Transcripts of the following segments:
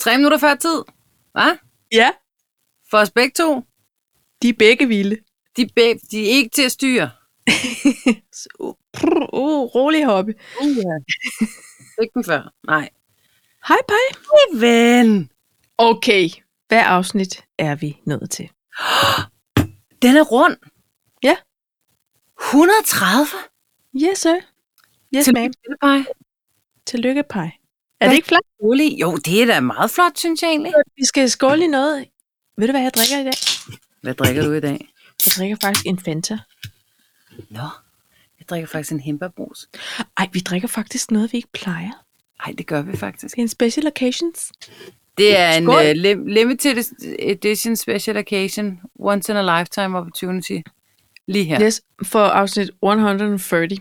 Tre minutter før tid, hva? Ja, For os begge to. de er begge vilde. De, er beg- de er ikke til at styre. Så, uh, prr, uh, rolig hoppe. Uh. ikke den før. Nej. Hej, hej. Ven. Okay, hvad afsnit er vi nået til? Den er rund. Ja. 130? Yes, sir. Yes, ma'am. Tillykke, Tillykke, pej. Er det ikke flot? Rolig. Jo, det er da meget flot, synes jeg egentlig. Vi skal skåle i noget. Ved du, hvad jeg drikker i dag? Hvad drikker du i dag? Jeg drikker faktisk en Fanta. Nå, jeg drikker faktisk en hemperbrus. Ej, vi drikker faktisk noget, vi ikke plejer. Nej, det gør vi faktisk. Det er en special occasions. Det er en Skål. uh, lim- limited edition special occasion, once in a lifetime opportunity. Lige her. Ja. Yes, for afsnit 130.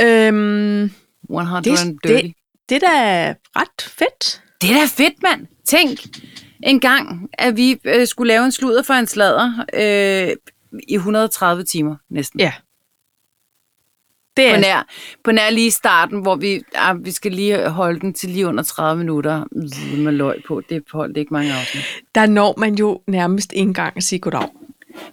Øhm, 100 det, and det, dirty. Det. det er da ret fedt. det er da fedt, mand. Tænk en gang, at vi øh, skulle lave en sludder for en sladder øh, i 130 timer næsten. Ja. Det På er, nær, på nær lige i starten, hvor vi, ah, vi skal lige holde den til lige under 30 minutter Mm, med løg på. Det holdt ikke mange afsnit. der når man jo nærmest ikke engang at sige goddag.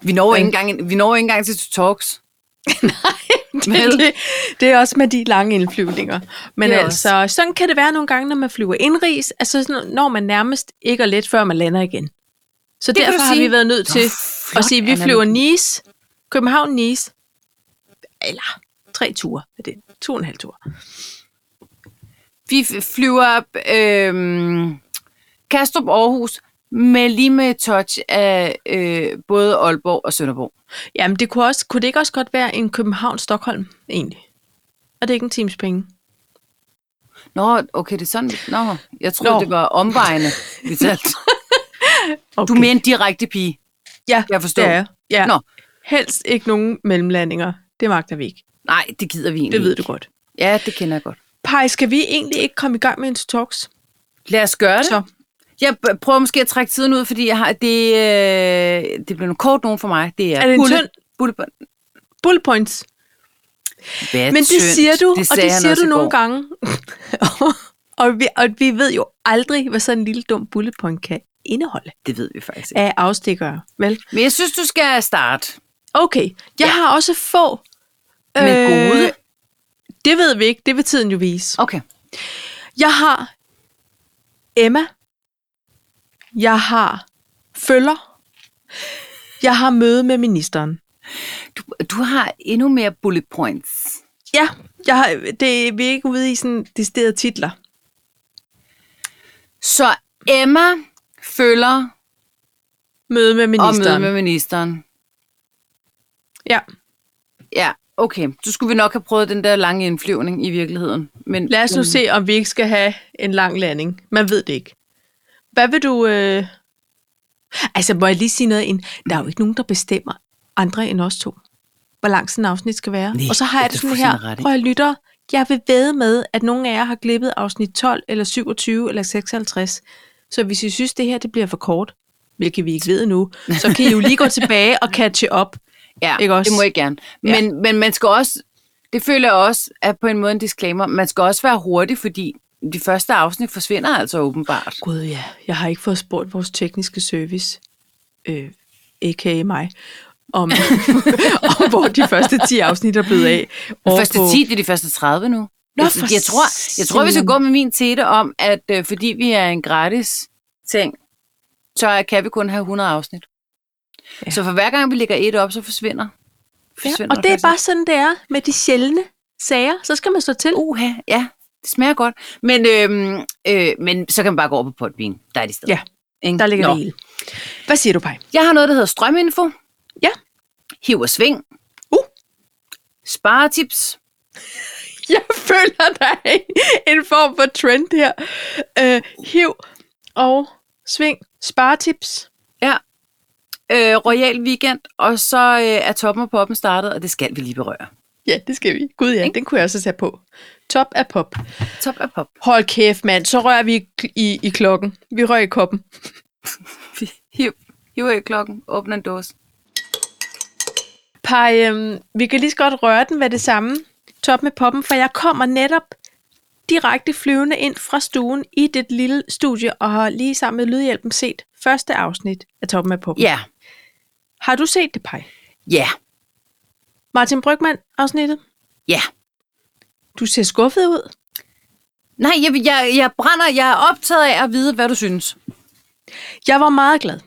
Vi når, Men- ikke engang, vi når ikke engang til talks. Vel? det, det er også med de lange indflyvninger. Men Det er altså, sådan kan det være nogle gange, når man flyver indrigs, altså sådan, når man nærmest ikke er let, før man lander igen. Så kan derfor du har sige. vi været nødt til flot at sige, at vi analogi. flyver Nice, København-Nice, eller tre ture, er det to og en halv tur. Vi f- flyver op øhm, Kastrup Aarhus med lige med et touch af øh, både Aalborg og Sønderborg. Jamen, det kunne, også, kunne det ikke også godt være en København-Stockholm, egentlig? Og det er ikke en times penge. Nå, okay, det er sådan. Nå, jeg troede, Nå. Nå. det var omvejene. vi talte. Okay. Du er mere en direkte pige. ja, jeg forstår. Det er, jeg. ja. Nå. Helst ikke nogen mellemlandinger. Det magter vi ikke. Nej, det gider vi egentlig Det ved ikke. du godt. Ja, det kender jeg godt. Pej, skal vi egentlig ikke komme i gang med en talks? Lad os gøre det. Så. Jeg b- prøver måske at trække tiden ud, fordi jeg har, det, øh, det bliver nogle kort nogen for mig. Det er, Er det en bullet- tynd- bullet- Bullet points. Hvad Men det tyndt. siger du, og sagde det han siger også du i nogle går. gange. og, vi, og vi ved jo aldrig, hvad sådan en lille dum bullet point kan indeholde Det ved vi faktisk ikke. af afstikkere. Vel? Men jeg synes, du skal starte. Okay, jeg ja. har også få... øh, Men gode? Det ved vi ikke, det vil tiden jo vise. Okay. Jeg har Emma. Jeg har følger. Jeg har møde med ministeren. Du, du har endnu mere bullet points. Ja, jeg har, det, vi er ikke ude i sådan deciderede titler. Så Emma følger Møde med og ministeren. møde med ministeren. Ja, Ja, okay. Så skulle vi nok have prøvet den der lange indflyvning i virkeligheden. Men, lad os nu men, se, om vi ikke skal have en lang landing. Man ved det ikke. Hvad vil du... Øh... Altså, må jeg lige sige noget ind? Der er jo ikke nogen, der bestemmer andre end os to, hvor lang sådan en afsnit skal være. Nej, og så har det er jeg du det sådan fuldstændig her, ret i. prøv at lytter. Jeg vil ved med, at nogle af jer har glippet afsnit 12, eller 27, eller 56. Så hvis I synes, det her det bliver for kort, hvilket vi ikke ved nu, så kan I jo lige gå tilbage og catche op. Ja, Ikke også? det må jeg gerne. Ja. Men, men man skal også, det føler jeg også, at på en måde en disclaimer, man skal også være hurtig, fordi de første afsnit forsvinder altså åbenbart. Gud ja, jeg har ikke fået spurgt vores tekniske service, øh, a.k.a. mig, om, om hvor de første 10 afsnit er blevet af. De over første på- 10, det er de første 30 nu. Nå, jeg, for jeg, tror, jeg tror, vi skal satan. gå med min tete om, at øh, fordi vi er en gratis ting, så kan vi kun have 100 afsnit. Ja. Ja. Så for hver gang vi lægger et op, så forsvinder. Ja, forsvinder og det er faktisk. bare sådan, det er med de sjældne sager. Så skal man stå til. Uha, ja, det smager godt. Men, øhm, øh, men så kan man bare gå over på Podbean. Der er de steder. Ja, Ikke? Der ligger Nå. det hele. Hvad siger du, Paj? Jeg har noget, der hedder strøminfo. Ja. Hiv og sving. Uh. Sparetips. Jeg føler, der er en form for trend her. Øh, hiv og sving. Sparetips. Øh, Royal Weekend. Og så øh, er toppen og poppen startet, og det skal vi lige berøre. Ja, det skal vi. Gud ja, den kunne jeg også tage på. Top af pop. Top og pop. Hold kæft, mand. Så rører vi i, i, i klokken. Vi rører i koppen. Hiv. Hiv i klokken. Åbner en dåse. Pej, øhm, vi kan lige så godt røre den med det samme. Top med poppen, for jeg kommer netop direkte flyvende ind fra stuen i dit lille studie og har lige sammen med Lydhjælpen set første afsnit af Toppen af Poppen. Ja, Har du set det, Paj? ja, Martin Brygman afsnittet? ja. Du ser skuffet ud. Nej, jeg, jeg, jeg brænder, jeg er optaget af at vide, hvad du synes. Jeg var meget glad.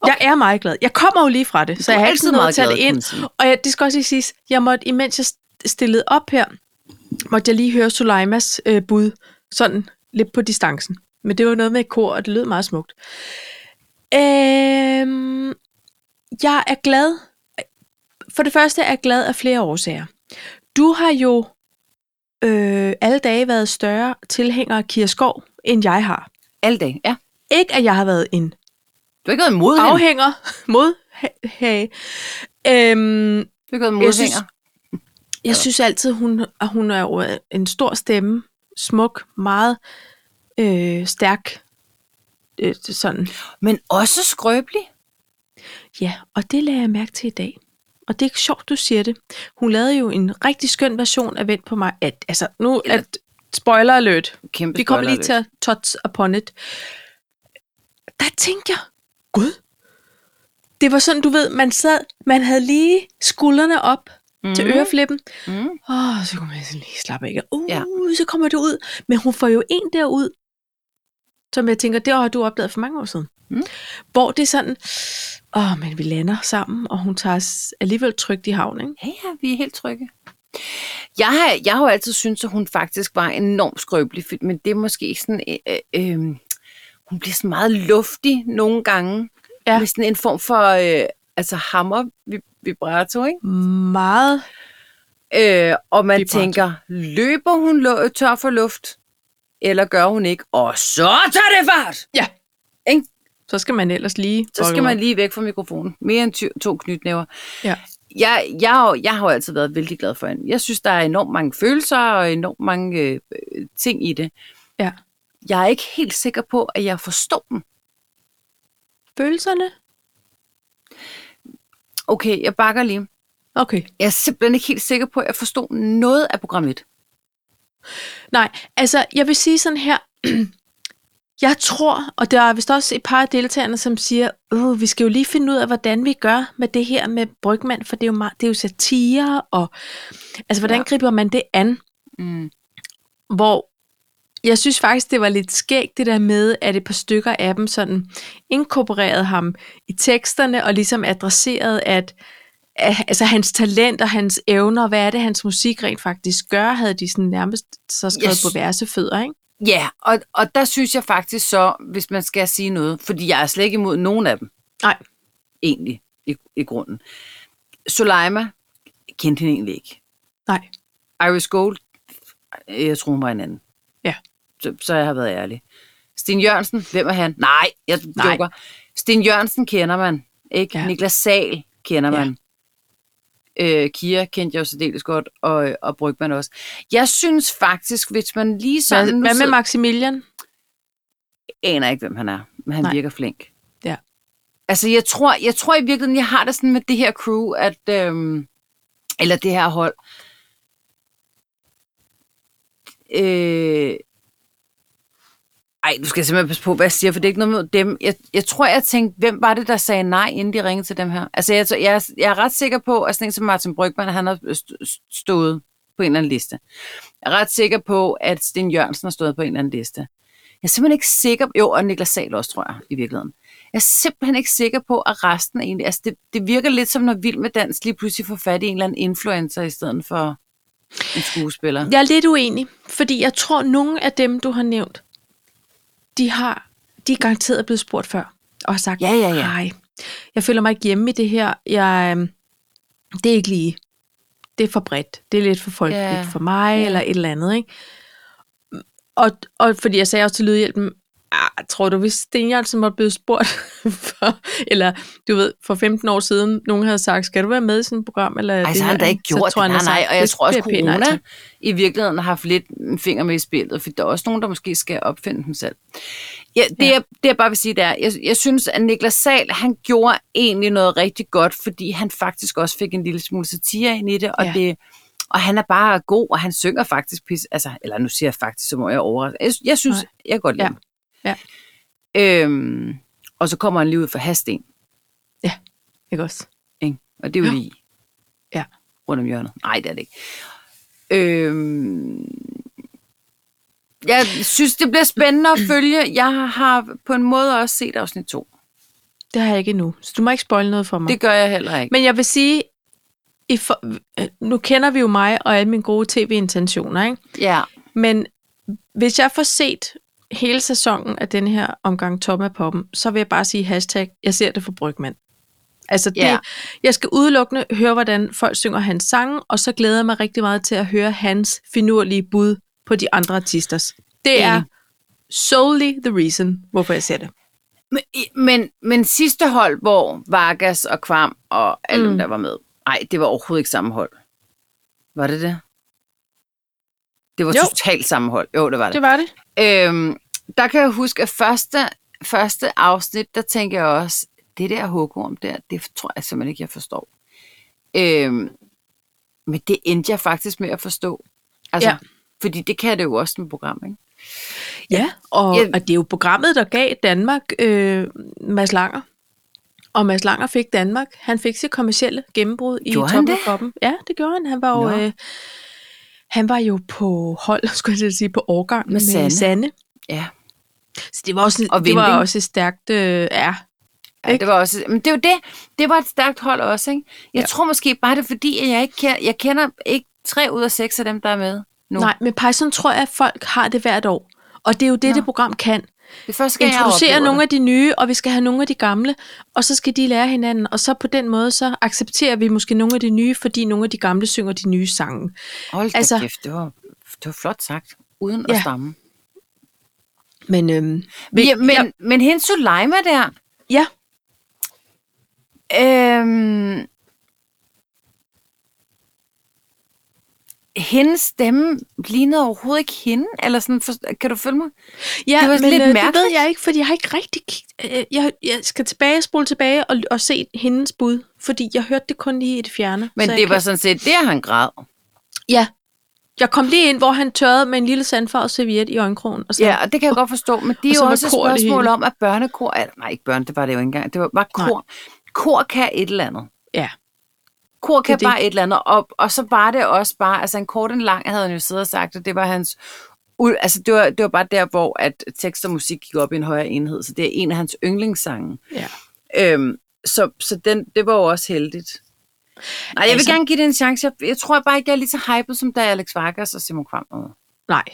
Okay. Jeg er meget glad. Jeg kommer jo lige fra det, Du så jeg er har altid altid noget at meget glad, tage det kan man ind. sige. Og jeg, det skal også lige siges, jeg måtte, imens jeg st- stillede op her, måtte jeg lige høre Sulaimas øh, bud, sådan lidt på distancen. Men det var noget med et kor, og det lød meget smukt. Øhm, jeg er glad. For det første er jeg glad af flere årsager. Du har jo øh, alle dage været større tilhænger af Kira Skov, end jeg har. Alle dage, ja. Ikke at jeg har været en Du har ikke været imod hende. afhænger mod hage. Øhm, Du har ikke været Jeg synes- modhænger. jeg synes altid, hun, at hun er jo en stor stemme, smuk, meget øh, stærk, øh, sådan. Men også skrøbelig. Ja, og det lagde jeg mærke til i dag. Og det er sjovt, du siger det. Hun lavede jo en rigtig skøn version af Vent på mig. At, altså, nu er spoiler alert. Kæmpe Vi kommer spoiler lige til at touch upon it. Der tænkte jeg, gud, det var sådan, du ved, man sad, man havde lige skuldrene op mm. til Mhm. øreflippen. Mm. Åh, så kunne man sådan lige slappe af. Uh, Ja. ja. så kommer det ud. Men hun får jo en derud, som jeg tænker, det har du opdaget for mange år siden. Mm. Hvor det er sådan, åh, men vi lander sammen, og hun tager os alligevel trygt i havn, ikke? Ja, ja, vi er helt trygge. Jeg har, jeg har jo altid syntes, at hun faktisk var enormt skrøbelig, for- men det er måske sådan... Øh, øh, øh, hun bliver sådan meget luftig nogle gange. Ja. Med sådan en form for øh, altså hammer vi- vibrato, ikke? Meget. Øh, og man Vibrato. tænker, løber hun lo- tør for luft, eller gør hun ikke? Og så tager det fart! Ja. Ikke? Så skal man ellers lige... Så skal man lige væk fra mikrofonen. Mere end ty- to knytnæver. Ja. Jeg, jeg, har jo- jeg har jo altid været vældig glad for hende. Jeg synes, der er enormt mange følelser og enormt mange øh, øh, ting i det. Ja. Jeg er ikke helt sikker på, at jeg forstår dem. Følelserne? Okay, jeg bakker lige. Okay. Jeg er simpelthen ikke helt sikker på, at jeg forstod noget af program 1. Nej, altså jeg vil sige sådan her. Jeg tror, og der er vist også et par af deltagerne, som siger, øh, vi skal jo lige finde ud af, hvordan vi gør med det her med Brygman, for det er jo, meget, det er jo satire, og altså, hvordan Ja. ja. griber man det an? Mm. Hvor jeg synes faktisk, det var lidt skægt det der med, at et par stykker af dem sådan inkorporerede ham i teksterne, og ligesom adresserede, at at- altså hans talent og hans evner, hvad er det, hans musik rent faktisk gør, havde de sådan nærmest så skrevet Yes. yes. på versefødder, ikke? Ja, og, og der synes jeg faktisk så, hvis man skal sige noget, fordi jeg er slet ikke imod nogen af dem. Nej. Egentlig, i, i grunden. Soleima kendte hende egentlig ikke. Nej. Iris Gold, jeg tror, hun var en anden. Ja. Så, så jeg har været ærlig. Sten Jørgensen, hvem er han? Nej, jeg Nej. joker. Sten Jørgensen kender man, ikke? Ja. Ja. Niklas Sal kender Ja. man. Øh, Kira kendte jeg jo særdeles godt, og, og Brygman også. Jeg synes faktisk, hvis man lige sådan... Hvad, nu hvad med sidder- Maximilian? aner ikke, hvem han er, men han Nej. Nej. virker flink. Ja. Altså, jeg tror, jeg tror i virkeligheden, jeg har det sådan med det her crew, at, øhm, eller det her hold, øh, ej, nu skal jeg simpelthen passe på, hvad jeg siger, for det er ikke noget med dem. Jeg, jeg tror, jeg tænkte, hvem var det, der sagde nej, inden de ringede til dem her? Altså, jeg, tror- jeg, er- jeg er ret sikker på, at sådan en som Martin Brygman, han har st- stået på en eller anden liste. Jeg er ret sikker på, at Sten Jørgensen har stået på en eller anden liste. Jeg er simpelthen ikke sikker Jo, og Niklas Sahl også, tror jeg, i virkeligheden. Jeg er simpelthen ikke sikker på, at resten er egentlig... Altså, det, det virker lidt som, når Vild med Dans lige pludselig får fat i en eller anden influencer, i stedet for en skuespiller. Jeg er lidt uenig, fordi jeg tror, nogle af dem, du har nævnt, de har de er garanteret blevet spurgt før, og har sagt, Ja, ja, ja. hej, jeg føler mig ikke hjemme i det her, jeg, øhm, det er ikke lige, det er for bredt, det er lidt for folkeligt Ja. ja. for mig, Ja. ja. eller et eller andet, ikke? Og, og fordi jeg sagde også til Lydhjælpen, ah, tror du, hvis Sten Jørgensen var blevet spurgt for, eller du ved, for 15 år siden, nogen havde sagt, skal du være med i sådan et program? Eller Ej, det så har han her?" da ikke Så gjort tror det. jeg, Nej, han har nej, sagt, og jeg "Det tror også, bliver pænt, nej, corona tak." i virkeligheden har haft lidt en finger med i spillet, for der er også nogen, der måske skal opfinde dem selv. Ja, det, ja. Ja. Jeg, det jeg bare vil sige, det er, jeg, jeg synes, at Niklas Sal, han gjorde egentlig noget rigtig godt, fordi han faktisk også fik en lille smule satire ind i det, og, ja. Ja. det, Og han er bare god, og han synger faktisk pis. Altså, eller nu siger jeg faktisk, så må jeg overraske. Jeg, jeg synes, Nej. jeg kan godt lide Ja. ham. Øhm, og så kommer han lige ud for Hasten, Ikke også? ikke? og det er jo Jo. lige Ja. rundt om hjørnet. Nej, det er det ikke. Øhm, jeg synes, det bliver spændende at følge. Jeg har på en måde også set afsnit 2. Det har jeg ikke endnu. Så du må ikke spoil noget for mig. Det gør jeg heller ikke. Men jeg vil sige, i for, øh, nu kender vi jo mig og alle mine gode tv-intentioner, ikke? Ja. Men hvis jeg får set hele sæsonen af den her omgang Tom af Poppen, så vil jeg bare sige hashtag, jeg ser det for Brygman. Altså det, Ja. jeg skal udelukkende høre, hvordan folk synger hans sange, og så glæder jeg mig rigtig meget til at høre hans finurlige bud på de andre artisters. Det er Enig. solely the reason, hvorfor jeg ser det. Men, men, men sidste hold, hvor Vargas og Kvam og alle mm. Mm. der var med, nej, det var overhovedet ikke samme hold. Var det det? Det var Jo. totalt samme hold. Jo, det var det. Det var det. Øhm, der kan jeg huske, at første, første afsnit, der tænker jeg også, det der hukkorm der, det tror jeg simpelthen ikke, jeg forstår. Øhm, men det endte jeg faktisk med at forstå. Altså, ja. Ja. Fordi det kan det jo også med program, ikke? Ja, og, Jeg- og det er jo programmet, der gav Danmark øh, Mads Langer. Og Mads Langer fik Danmark. Han fik sit kommercielle gennembrud i Gjorde han toppen det? af koppen. Ja, det gjorde han. Han var jo, Nå. øh, han var jo på hold, skulle jeg til at sige, på årgang med, Med med Sanne. Sanne. Sanne. Ja. Så det var også, Og det var Vinding. også et stærkt... Øh, ja, Ja, Ikke? det var også, men det er jo det. Det var et stærkt hold også, ikke? Jeg ja. Ja. tror måske bare, det er fordi, at jeg ikke kender, jeg kender ikke tre ud af seks af dem, der er med nu. nej, men Python tror jeg, at folk har det hvert år. Og det er jo det, Nå. det program kan. Det er første skal gang, jeg introducere oplever nogle det. af de nye, og vi skal have nogle af de gamle, og så skal de lære hinanden, og så på den måde, så accepterer vi måske nogle af de nye, fordi nogle af de gamle synger de nye sange. Hold da altså, altså- kæft, det var, det var flot sagt. Uden ja. Ja. at stamme. Men, øhm, Men, ja, men, ja. jeg, men hende Suleima der, ja, øhm, hendes stemme lignede overhovedet ikke hende, eller sådan, for, kan du følge mig? ja Det var men lidt øh, det ved mærkeligt. jeg ikke, fordi jeg har ikke rigtig... kig- Øh, jeg, jeg skal tilbage, spole tilbage og, og se hendes bud, fordi jeg hørte det kun lige i det fjerne. Men så det jeg var Kan, sådan set der, han græd. ja, jeg kom lige ind, hvor han tørrede med en lille sandfarvet serviet i øjenkrogen. Og sådan, Ja, og det kan jeg godt forstå, men det Og er så jo var også et kor det spørgsmål hele. om, at børnekor... eller- Nej, ikke børn, det var det jo ikke engang. Det var bare Nej. kor. Kor kan et eller andet. ja. Kor kan Det er det. bare et eller andet. Og, og så var det også bare... Altså, en kort en lang havde han jo siddet og sagt, at det var hans... ud- Altså, det var, det var bare der, hvor at tekst og musik gik op i en højere enhed. Så det er en af hans yndlingssange. ja. Øhm, så så den, det var jo også heldigt. Nej, jeg vil Altså- gerne give det en chance. Jeg, jeg tror bare ikke, jeg er lige så hyped, som da Alex Vargas og Simon Kvam var med. Nej.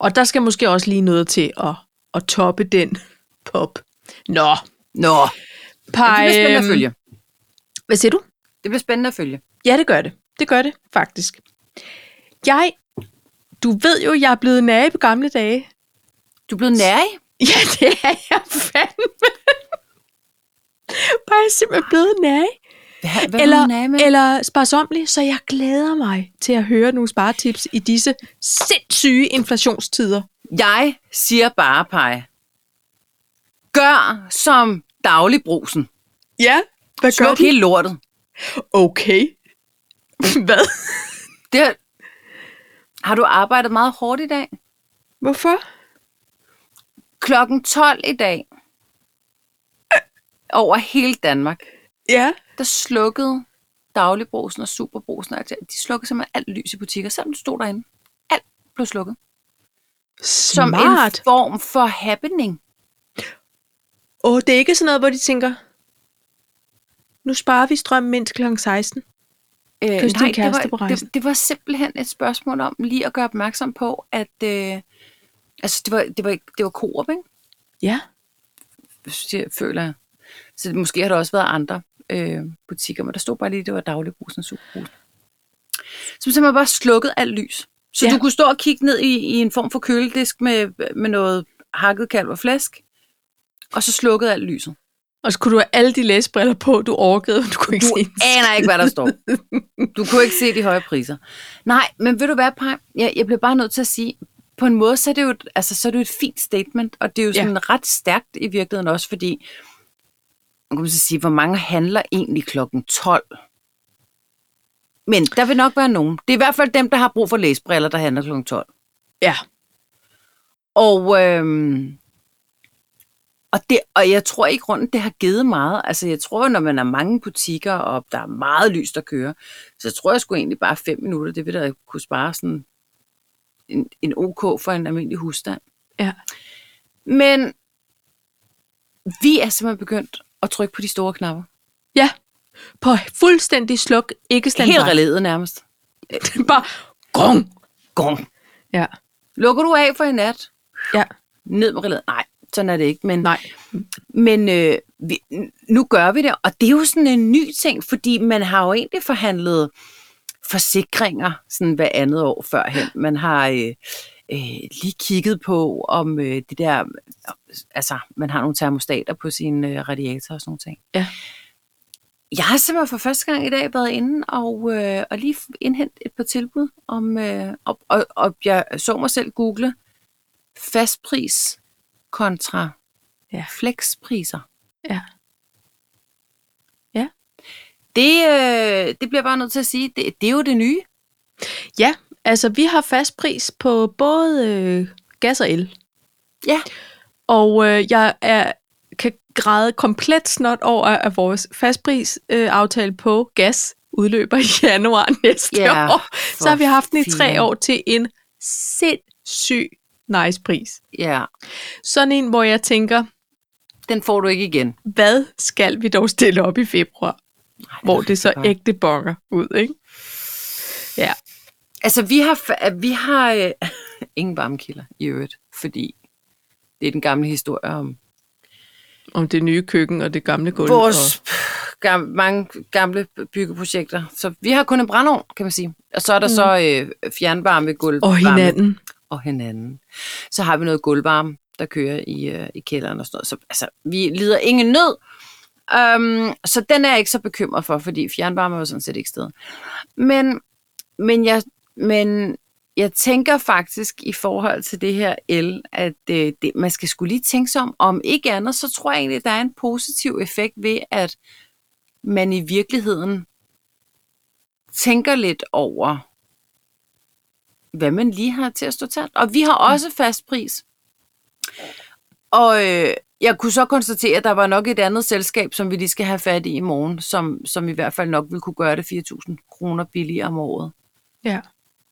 Og der skal måske også lige noget til at, at toppe den pop. Nå, Nå, Paj, det bliver spændende at øhm, følge. Hvad siger du? Det bliver spændende at følge. Ja, det gør det. Det gør det, faktisk. Jeg, du ved jo, jeg er blevet nære på gamle dage. Du er blevet nær i? Ja, det er jeg fandme. Bare jeg er simpelthen blevet nære. Hvad, hvad Eller, hun af med? eller sparsomlig, så jeg glæder mig til at høre nogle sparetips i disse sindssyge inflationstider. Jeg siger bare, Paj. Gør som dagligbrusen. Ja, hvad gør Sluk de? hele lortet. Okay. Hvad? Det, har du arbejdet meget hårdt i dag? Hvorfor? Klokken 12 i dag. Over hele Danmark. Ja. Der slukkede dagligbrusen og superbrusen. og alt det- De slukkede simpelthen alt lys i butikker, selvom du stod derinde. Alt blev slukket. Som Smart. en form for happening. Åh, oh, det er ikke sådan noget, hvor de tænker, nu sparer vi strøm mindst kl. 16. Øh, Kys din det, kæreste på var, rejsen. det, det var simpelthen et spørgsmål om lige at gøre opmærksom på, at øh, altså, det, var, det, var, det var Coop, ikke? Ja. Synes jeg, føler jeg. Så det, måske har der også været andre øh, butikker, men der stod bare lige, det var dagligbrusen og superbrusen. Som simpelthen bare slukkede alt lys. Så ja. Ja. du kunne stå og kigge ned i, i en form for køledisk med, med noget hakket kalv og flæsk, og så slukkede alt lyset. Og så kunne du have alle de læsbriller på, du overgav, du kunne ikke Du se en aner ikke, hvad der står. Du kunne ikke se de høje priser. Nej, men ved du hvad, Paj? Jeg, jeg blev bare nødt til at sige, på en måde, så er det jo et, altså, så er det jo et fint statement, og det er jo Ja. sådan ja. ret stærkt i virkeligheden også, fordi, nu kan man så sige, hvor mange handler egentlig klokken 12? Men der vil nok være nogen. Det er i hvert fald dem, der har brug for læsbriller, der handler kl. 12. Ja. Og, øhm, og, det, og jeg tror ikke rundt, det har givet meget. Altså jeg tror, når man har mange butikker, og der er meget lys, der kører, så tror jeg sgu egentlig bare fem minutter, det vil da kunne spare sådan en, en OK for en almindelig husstand. Ja. Men vi er simpelthen begyndt at trykke på de store knapper. Ja. På fuldstændig sluk, ikke stand Helt relæet nærmest. Bare gong. Gong. Ja. Lukker du af for i nat? Ja. Ned med relæet. Nej, sådan er det ikke. Men, Nej. men øh, vi, n- nu gør vi det, og det er jo sådan en ny ting, fordi man har jo egentlig forhandlet forsikringer sådan hver andet år førhen. Man har øh, øh, lige kigget på, om øh, det der, altså man har nogle termostater på sine øh, radiatorer og sådan nogle ting. Ja. Jeg har simpelthen for første gang i dag været inde og, øh, og lige indhente et par tilbud, om, øh, og, og, og jeg så mig selv google fastpris kontra Ja. flexpriser. Ja. Det, øh, det bliver jeg bare nødt til at sige, det, det er jo det nye. Ja, altså vi har fast pris på både øh, gas og el. Ja. Og øh, jeg er, kan græde komplet snot over, at vores fastprisaftale øh, aftale på gas udløber i januar næste Ja, yeah, år. Så har vi haft den i filan. tre år til en sindssyg nice pris. Ja, Sådan en, hvor jeg tænker, den får du ikke igen. hvad skal vi dog stille op i februar? Ej, Hvor det så godt. ægte bonger ud, ikke? Ja, Altså, vi har, fa- vi har øh, ingen varmekilder i øvrigt, fordi det er den gamle historie om om det nye køkken og det gamle gulv. og- vores gam, mange gamle byggeprojekter. Så vi har kun en brandovn, kan man sige. Og så er der mm. så øh, fjernvarme, gulvvarme. og hinanden. og hinanden. Så har vi noget gulvvarme, der kører i, øh, i kælderen og sådan noget. Så altså, vi lider ingen nød. Um, så den er jeg ikke så bekymret for, fordi fjernvarme er jo sådan set ikke sted. Men, men, jeg, men jeg tænker faktisk i forhold til det her el, at øh, det, man skal skulle lige tænke sig om. Om ikke andet, så tror jeg egentlig, at der er en positiv effekt ved, at man i virkeligheden tænker lidt over, hvad man lige har til at stå til. Og vi har også fast pris. Og øh, jeg kunne så konstatere, at der var nok et andet selskab, som vi lige skal have fat i i morgen, som, som i hvert fald nok ville kunne gøre det 4.000 kroner billigere om året. Ja.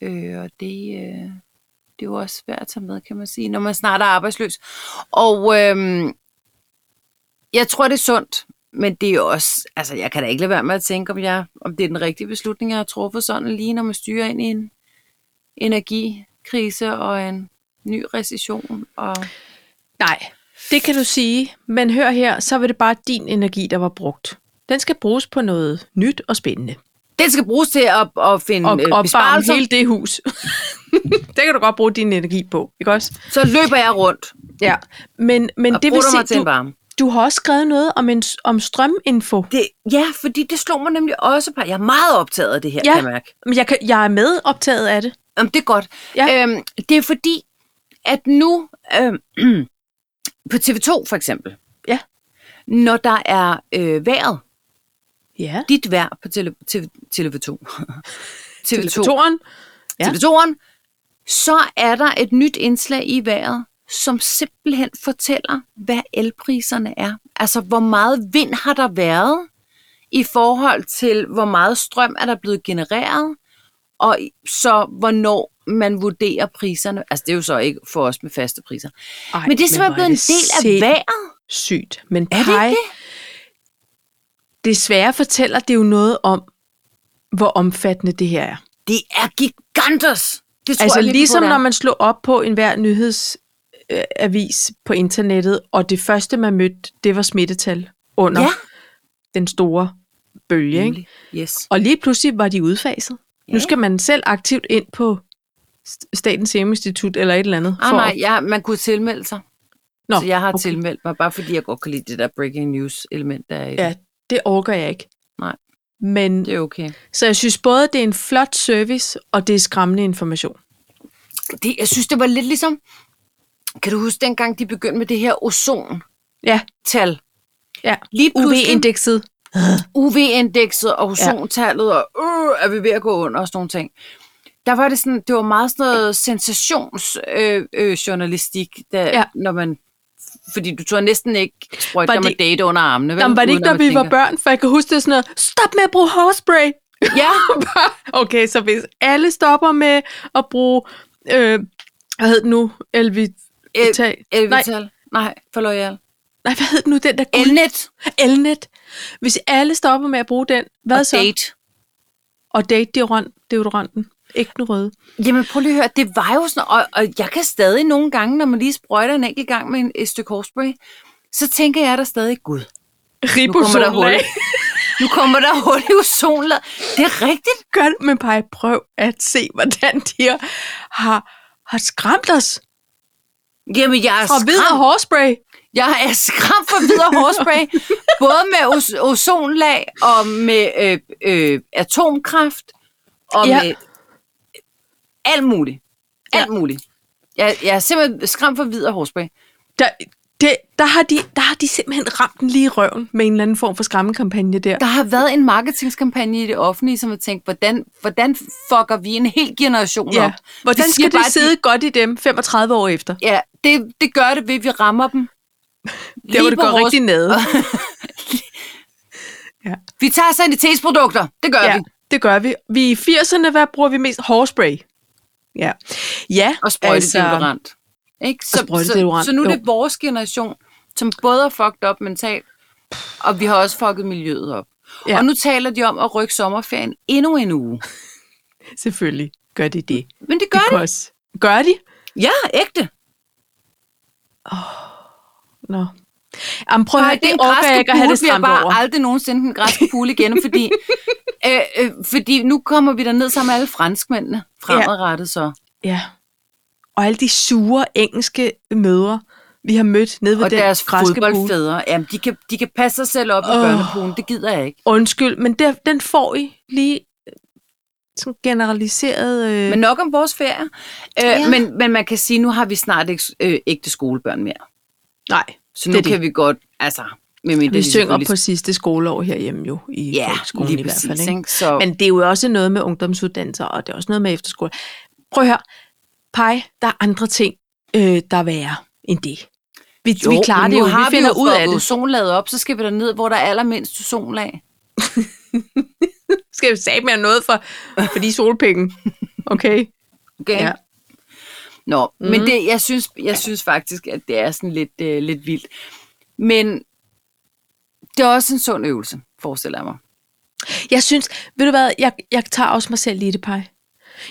Øh, og det, øh, det er jo også svært at tage med, kan man sige, når man snart er arbejdsløs. Og øh, jeg tror, det er sundt, men det er også, altså jeg kan da ikke lade være med at tænke, om, jeg, om det er den rigtige beslutning, jeg har truffet sådan lige, når man styrer ind i en energikrise og en ny recession. Og Nej, det kan du sige, men hør her, så var det bare din energi, der var brugt. Den skal bruges på noget nyt og spændende. den skal bruges til at, at finde og, Og, og Mm, øh, besparelser. bare Helt... hele det hus. det kan du godt bruge din energi på, ikke også? Så løber jeg rundt Ja, men, men og det vil bruger mig til sige, en du, varme. du har også skrevet noget om, en, s- om strøminfo. Det, ja, fordi det slog mig nemlig også på. Jeg er meget optaget af det her, Ja. ja. kan jeg mærke. Men jeg, kan, jeg er med optaget af det. Jamen, det er godt. Ja. Øhm, det er fordi, at nu øhm, på TV2 for eksempel, Ja. når der er øh, vejret, Ja. dit vejr på tele, TV, TV2, TV2, Telefatoren. Ja. ja. TV2'eren, så er der et nyt indslag i vejret, som simpelthen fortæller, hvad elpriserne er. Altså, hvor meget vind har der været i forhold til, hvor meget strøm er der blevet genereret, og så hvornår man vurderer priserne. Altså, det er jo så ikke for os med faste priser. Ej, Men det er simpelthen hvor blevet en del af sind- vejret. Sygt. Men Er det pej, ikke desværre fortæller det jo noget om, hvor omfattende det her er. Det er giganters! Det tror Altså jeg virkelig på, ligesom det er. når man slog op på enhver nyhedsavis øh, avis på internettet, og det første man mødte, det var smittetal under ja. Ja. den store bølge. Ikke? Yes. Og lige pludselig var de udfaset. Ja. Nu Ja. skal man selv aktivt ind på st- Statens Serum Institut eller et eller andet. Ah, for nej, at- ja, man kunne tilmelde sig. Nå, Nå, så jeg har okay. okay. tilmeldt mig, bare fordi jeg godt kan lide det der breaking news element, der er i det. Ja, det overgår jeg ikke. Nej. Men, Det er okay. så jeg synes både, det er en flot service, og det er skræmmende information. Det, jeg synes, det var lidt ligesom... Kan du huske dengang, de begyndte med det her ozon-tal? Ja, Ja. ja. Lige pludselig, UV-indekset. UV-indekset og ozontallet, og øh, er vi ved at gå under og sådan nogle ting. Der var det sådan, det var meget sådan noget sensationsjournalistik, øh, øh, journalistik, der, Ja. ja. når man, fordi du tog næsten ikke sprøjte Var dig med det- date under armene. Vel? Jamen, var det Uden ikke, da at man vi var tænker- børn? For jeg kan huske, det er sådan noget, stop med at bruge hårspray. Ja, Bare, okay, så hvis alle stopper med at bruge, øh, hvad hed den nu, Elvi... El- Tag- nej, Elvital. Nej, for L'Oreal. nej, hvad hed den nu, den der guld? Elnet Elnet. Hvis alle stopper med at bruge den, hvad og så? date. Og date deodorant, deodoranten. Ikke den røde. Jamen prøv lige at høre, det var jo sådan, og, og jeg kan stadig nogle gange, når man lige sprøjter en enkelt gang med en, et stykke hårspray, så tænker jeg der stadig, gud, nu kommer der hul. Ribosolag. Nu kommer der hul i ozonlaget. Det er rigtigt. Gør det, men bare prøv at se, hvordan de her har, har skræmt os Jamen, jeg er fra hvid og skræmt. hårspray. Jeg er skræmt for videre hårspray. både med os- ozonlag og med øh, øh, atomkraft og Ja. ja. med alt muligt. Alt Ja. ja. muligt. Jeg, jeg er simpelthen skræmt for videre hårspray. Der, det, der, har de, der har de simpelthen ramt den lige i røven med en eller anden form for skræmmekampagne der. Der har været en marketingskampagne i det offentlige, som har tænkt, hvordan, hvordan fucker vi en hel generation op? Ja. Hvordan De siger skal det bare, at sidde godt i dem 35 år efter? Ja, det, det gør det ved, at vi rammer dem. Der hvor det på går hårs- rigtig ned. Vi tager sanitetsprodukter. Det gør ja. Ja, vi. det gør vi. Vi i 80'erne, hvad bruger vi mest? Hårspray. Ja. Ja, Og sprøjtedeodorant. Ikke? Så, så, sprøjtedeodorant, så nu er jo. det vores generation, som både er fucked op mentalt, og vi har også fucket miljøet op. Ja. Ja. Og nu taler de om at rykke sommerferien endnu en uge. altså, selvfølgelig gør de det. Men det gør det. Because. Gør de? Ja, ægte. Nå. Jamen, prøv at Nej, høre, det den orker jeg græske ikke at have pool det bliver stramt bare over. aldrig nogensinde den græske pool igen, fordi, øh, øh, fordi nu kommer vi derned sammen med alle franskmændene fremadrettet så. Ja. Og alle de sure engelske mødre, vi har mødt nede ved Og den deres græske pool. fodboldfædre, jamen de kan, de kan passe sig selv op i Åh. oh. børnepoolen, det gider jeg ikke. Undskyld, men der, den får I lige øh, sådan generaliseret... Øh, Men nok om vores ferie. Øh, Ja. ja. men, men man kan sige, nu har vi snart ikke øh, ægte skolebørn mere. nej, Så nu Det er det. det kan vi godt, altså... Med mindre vi de synger selvfølgelig- på sidste skoleår herhjemme jo, i ja, folkeskolen lige i hvert præcis, fald. Ikke? Ikke? Så, men, Men det er jo også noget med ungdomsuddannelser, og det er også noget med efterskole. Prøv at høre, pej, der er andre ting, øh, der er værre end det. Vi, vi klarer men det nu jo, har vi finder jo ud af fået det. ozonlaget op, så skal vi derned, hvor der er allermindst ozonlag. Skal vi sige mere noget for, for de solpenge? Okay? Okay? Ja. Ja. Nå, mm. men det, jeg, synes, jeg synes faktisk, at det er sådan lidt, øh, lidt vildt. Men det er også en sund øvelse, forestiller jeg mig. Jeg synes, ved du hvad, jeg, jeg tager også mig selv i det, pej.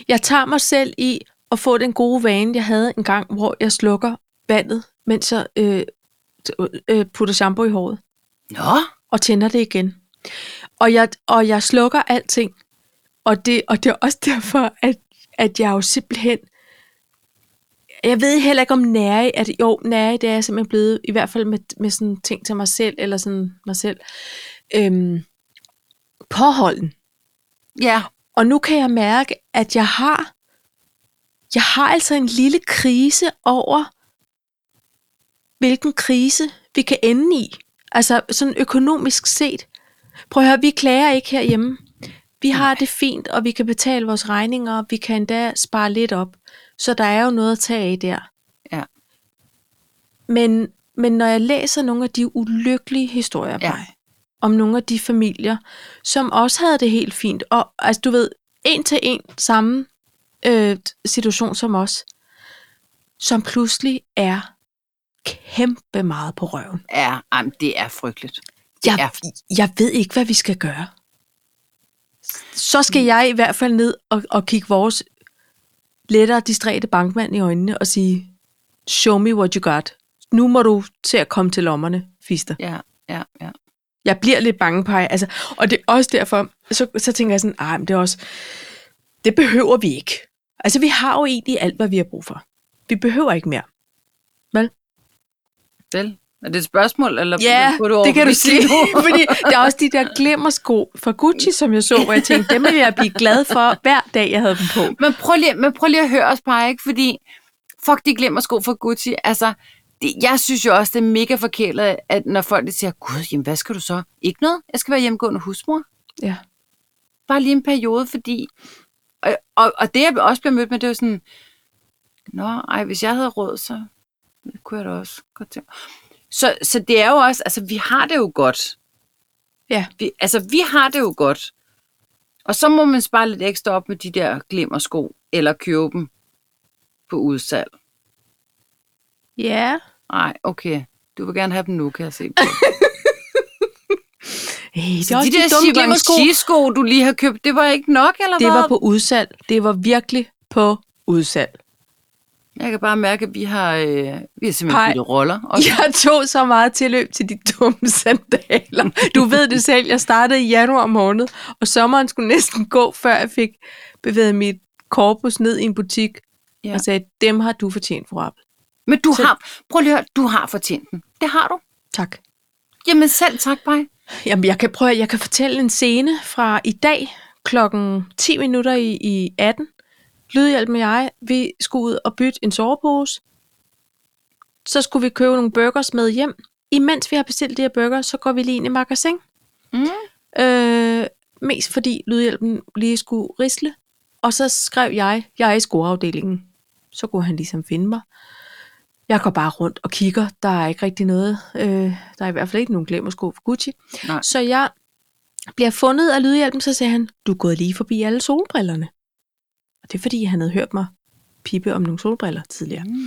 Jeg tager mig selv i at få den gode vane, jeg havde en gang, hvor jeg slukker vandet, mens jeg øh, t- øh, putter shampoo i håret. Nå, og tænder det igen. Og jeg, og jeg slukker alting. Og det, og det er også derfor, at, at jeg jo simpelthen... Jeg ved heller ikke om nære, at jo, nære, det er jeg simpelthen blevet, i hvert fald med, med sådan ting til mig selv, eller sådan mig selv, øhm, påholden. ja. Og nu kan jeg mærke, at jeg har, jeg har altså en lille krise over, hvilken krise vi kan ende i. Altså sådan økonomisk set. Prøv at høre, vi klager ikke herhjemme. Vi har det fint, og vi kan betale vores regninger, og vi kan endda spare lidt op. Så der er jo noget at tage af der. Ja. Men, men når jeg læser nogle af de ulykkelige historier, Ja. ja. om nogle af de familier, som også havde det helt fint, og altså, du ved, en til en samme øh, situation som os, som pludselig er kæmpe meget på røven. Ja, ej, men det er frygteligt. Jeg, Ja. jeg ved ikke, hvad vi skal gøre. Så skal jeg i hvert fald ned og, og kigge vores lettere distræte bankmand i øjnene og sige, show me what you got. Nu må du til at komme til lommerne, fister. Ja, ja, ja. Jeg bliver lidt bange på jer. Altså, og det er også derfor, så, så tænker jeg sådan, ah, men det er også, det behøver vi ikke. Altså, vi har jo egentlig alt, hvad vi har brug for. Vi behøver ikke mere. Vel? Er det et spørgsmål, eller prøver det kan du overbevise sige. lige nu? Fordi der er også de der glemmersko fra Gucci, som jeg så, hvor jeg tænkte, dem ville jeg blive glad for hver dag, jeg havde dem på. men, prøv lige, men prøv lige at høre os, Paj, ikke? Fordi fuck, de glemmer sko fra Gucci. Altså, det, jeg synes jo også, det er mega forkælet, at når folk de siger, gud, jamen hvad skal du så? Ikke noget, jeg skal være hjemmegående husmor. Ja. Bare lige en periode, fordi... Og, og, og det, jeg også bliver mødt med, det er jo sådan, nå, ej, hvis jeg havde råd, så kunne jeg da også godt til. Så, så det er jo også, altså vi har det jo godt. Ja. Vi, altså vi har det jo godt. Og så må man spare lidt ekstra op med de der glimmersko, eller købe dem på udsalg. Ja. Nej, okay. Du vil gerne have dem nu, kan jeg se. På. Hey, det Så de der glimmersko. Givenchy-sko, du lige har købt, det var ikke nok, eller Det hvad? var på udsalg. Det var virkelig på udsalg. Jeg kan bare mærke, at vi har, øh, vi har simpelthen Pej. byttet roller. Og Jeg tog så meget tilløb til de dumme sandaler. Du ved det selv, jeg startede i januar måned, og sommeren skulle næsten gå, før jeg fik bevæget mit korpus ned i en butik Ja. ja. og sagde, dem har du fortjent for Apple. Men du Selv- har, prøv lige at høre, du har fortjent den. Det har du. Tak. Jamen selv tak, Paj. Jamen, jeg kan prøve, at- jeg kan fortælle en scene fra i dag klokken 10 minutter i, i 18. Lydhjælp med jeg, vi skulle ud og bytte en sovepose. Så skulle vi købe nogle burgers med hjem. Imens vi har bestilt de her burgers, så går vi lige ind i magasin. Mm. Øh, mest fordi lydhjælpen lige skulle risle. Og så skrev jeg, jeg er i skoafdelingen. Så kunne han ligesom finde mig. Jeg går bare rundt og kigger. Der er ikke rigtig noget. Øh, der er i hvert fald ikke nogen glemmersko for Gucci. Nej. Så jeg bliver fundet af lydhjælpen, så siger han, du er gået lige forbi alle solbrillerne. Og det er fordi, han havde hørt mig pippe om nogle solbriller tidligere. Mm.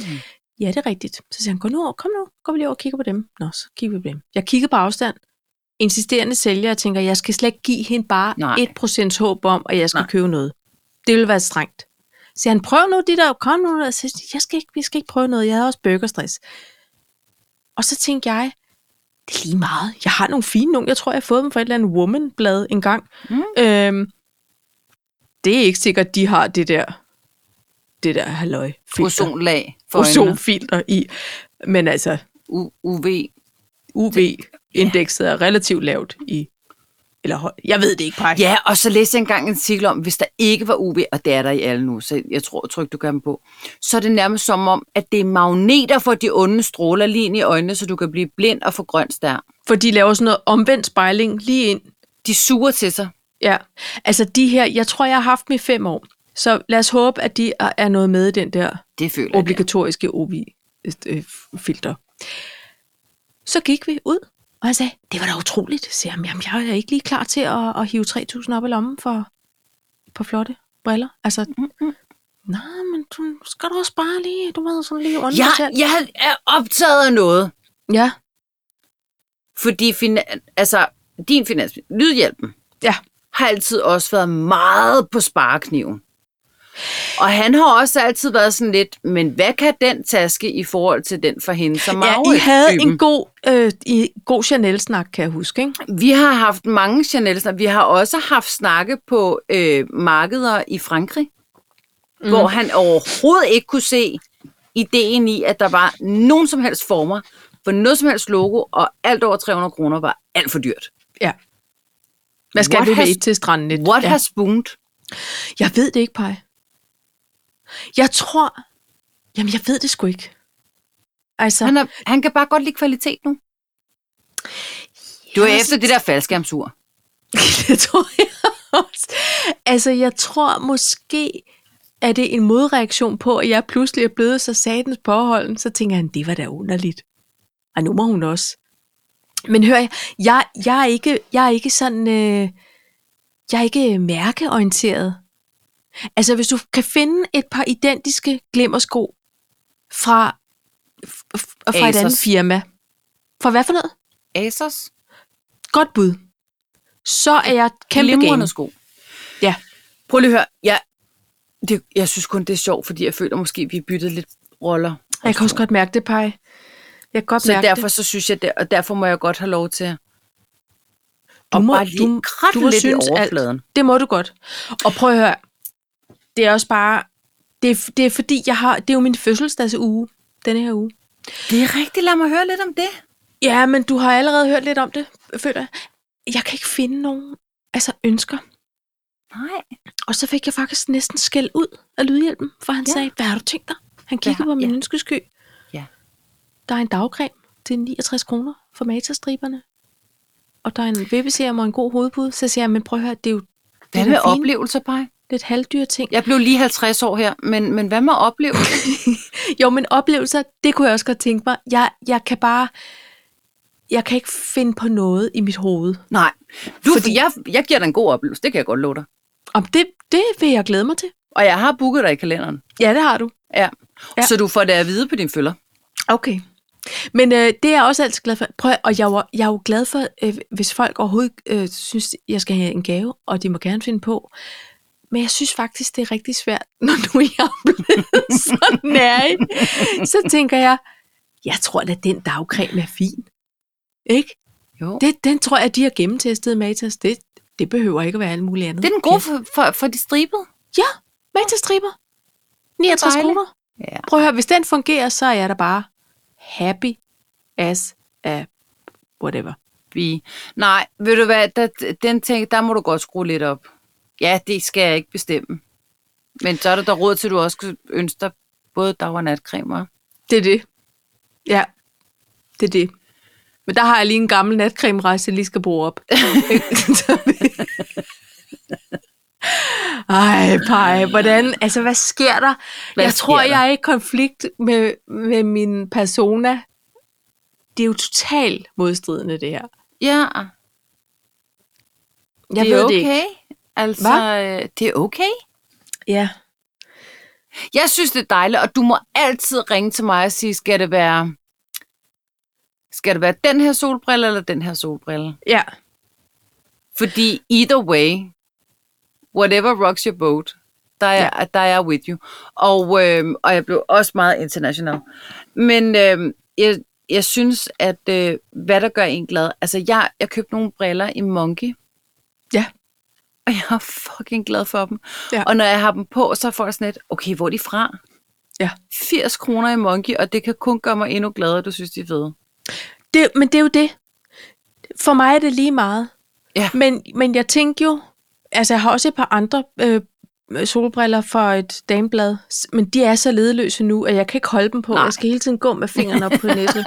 Ja, det er rigtigt. Så siger han, gå nu over, kom nu, gå lige over og kigger på dem. Nå, så kigger vi på dem. Jeg kigger på afstand. Insisterende sælger, jeg tænker, jeg skal slet ikke give hende bare Nej. Nej. 1% håb om, at jeg skal Nej. Nej. købe noget. Det ville være strengt. Så siger han, prøv nu de der, kom nu. Og så, siger jeg, jeg skal ikke, vi skal ikke prøve noget, jeg havde også burgerstress. Og så tænkte jeg, det er lige meget. Jeg har nogle fine nogle. Jeg tror, jeg har fået dem fra et eller andet woman-blad engang. Mm. Mm. Øhm, det er ikke sikkert, de har det der, det der halløj. filter Ozonlag for øjnene. ozonfilter i. Men altså, U- UV. UV-indekset er relativt lavt i... Eller høj. Jeg ved det ikke, Paj. Ja, og så læste jeg engang en artikel om, hvis der ikke var UV, og det er der i alle nu, så jeg tror trygt, du kan dem på, så er det nærmest som om, at det er magneter for de onde stråler lige ind i øjnene, så du kan blive blind og få grøn stær. For de laver sådan noget omvendt spejling lige ind. De suger til sig. Ja. Altså de her, jeg tror, jeg har haft dem i fem år. Så lad os håbe, at de er er noget med i den der Det føler jeg. obligatoriske OV-filter. Så gik vi ud, og han sagde, det var da utroligt. Så jeg, jamen, jeg er ikke lige klar til at, at hive 3.000 op i lommen for på flotte briller. Altså, nej, men du skal du også bare lige, du ved, sådan lige under dig Jeg, selv." jeg er optaget af noget, Ja, fordi fina- altså, din finans, lydhjælpen, ja. har altid også været meget på sparekniven. Og han har også altid været sådan lidt, men hvad kan den taske i forhold til den for hende som ja I havde en god, øh, I, god Chanel-snak, kan jeg huske, ikke? Vi har haft mange chanel Vi har også haft snakke på øh, markeder i Frankrig, Mhm. mm. hvor han overhovedet ikke kunne se ideen i, at der var nogen som helst former for noget som helst logo, og alt over 300 kroner var alt for dyrt. Ja. Hvad skal What vi has- med til stranden lidt? What ja. ja. has boomed? Jeg ved det ikke, Paj. Jeg tror... Jamen, jeg ved det sgu ikke. Altså, Han, er, han kan bare godt lide kvalitet nu. Du er jeg- efter det der faldskærmsur. det tror jeg også. Altså, jeg tror måske, at det er en modreaktion på, at jeg pludselig er blevet så satens påholden. Så tænker han, det var da underligt. Og nu må hun også. Men hør, jeg, jeg, jeg, er, ikke, jeg er ikke sådan... Øh, jeg er ikke mærkeorienteret. Altså, hvis du kan finde et par identiske glimmersko fra, f- f- fra et Asos. andet firma. Fra hvad for noget? Asos? Godt bud. Så er jeg kæmpe game. Glimrende sko. Ja. Prøv lige at høre. Jeg, det, jeg synes kun, det er sjovt, fordi jeg føler måske, vi byttede lidt roller. Jeg kan også godt mærke det, Paj. Jeg kan godt Så mærke derfor det. så synes jeg, det, og derfor må jeg godt have lov til Du at må, bare lige du, kratte du må lidt i synes overfladen. Alt. Det må du godt. Og prøv at høre. Det er også bare... Det er, det er fordi, jeg har... Det er jo min fødselsdagsuge. Denne her uge. Det er rigtigt, lad mig høre lidt om det. Ja, men du har allerede hørt lidt om det, føler jeg. Jeg kan ikke finde nogen altså, ønsker. Nej. Og så fik jeg faktisk næsten skæld ud af lydhjælpen, for han Ja. ja. sagde, hvad har du tænkt dig? Han kiggede har- på min ja. ønskesky. Ja. Der er en dagcreme til 69 kroner for matastriberne. Og der er en vippeserum og en god hovedbud. Så siger jeg, men prøv at høre, det er jo det Hvad er med da fint. oplevelser, Paj? lidt halvdyre ting. Jeg blev lige 50 år her, men, men hvad med oplevelser? Jo, men oplevelser, det kunne jeg også godt tænke mig. Jeg, jeg kan bare... Jeg kan ikke finde på noget i mit hoved. Nej. Du, Fordi- Fordi... jeg, jeg giver dig en god oplevelse, det kan jeg godt love dig. Om det, det vil jeg glæde mig til. Og jeg har booket dig i kalenderen. Ja, det har du. Ja. Ja. ja. Så du får det at vide på din følger. Okay. Men øh, det er jeg også altid glad for. Prøv, at- og jeg, var, jeg er jo glad for, øh, hvis folk overhovedet ikke, øh, synes, jeg skal have en gave, og de må gerne finde på. Men jeg synes faktisk, det er rigtig svært, når nu jeg er blevet så nærig. Så tænker jeg, jeg tror da, den dagcreme er fin. Ikke? Jo. Det, Det, den tror jeg, de har gennemtestet, Matas. Det, det behøver ikke at være alt muligt andet. det er den gode for, for, for de stribede. Ja, Matas-striber. 69 dejligt. kroner. Ja. Prøv at høre, hvis den fungerer, så er jeg da bare happy as a whatever. Vi. Nej, ved du hvad, der, den ting, der må du godt skrue lidt op. Ja, det skal jeg ikke bestemme. Men så er der, der råd til, at du også skal ønske dig både dag- og natcremer. Det er det. Ja, det er det. Men der har jeg lige en gammel natcreme-rejse, jeg lige skal bruge op. Så det- Ej, pej, hvordan, altså hvad sker der? Hvad jeg sker tror, der? jeg er i konflikt med, med min persona. Det er jo totalt modstridende, det her. Ja, Jeg det ved er det okay. ikke. Altså, øh, det er okay. Ja. Jeg synes, det er dejligt, og du må altid ringe til mig og sige, skal det være, skal det være den her solbrille eller den her solbrille? Ja. Fordi either way, whatever rocks your boat, der er, ja. der er jeg with you. Og, øhm, og jeg blev også meget international. Men øhm, jeg, jeg synes, at øh, hvad der gør en glad... Altså, jeg, jeg købte nogle briller i Monkey, Ja. og jeg er fucking glad for dem. Ja. Ja. Og når jeg har dem på, så får jeg sådan et, okay, hvor er de fra? Ja. 80 kroner i Monkey, og det kan kun gøre mig endnu gladere, at du synes, de er fede. Det, men det er jo det. For mig er det lige meget. Ja. Men, men jeg tænkte jo, altså jeg har også et par andre øh, solbriller fra et dameblad, s- men de er så ledeløse nu, at jeg kan ikke holde dem på. Nej. Nej. Jeg skal hele tiden gå med fingrene op på næsen.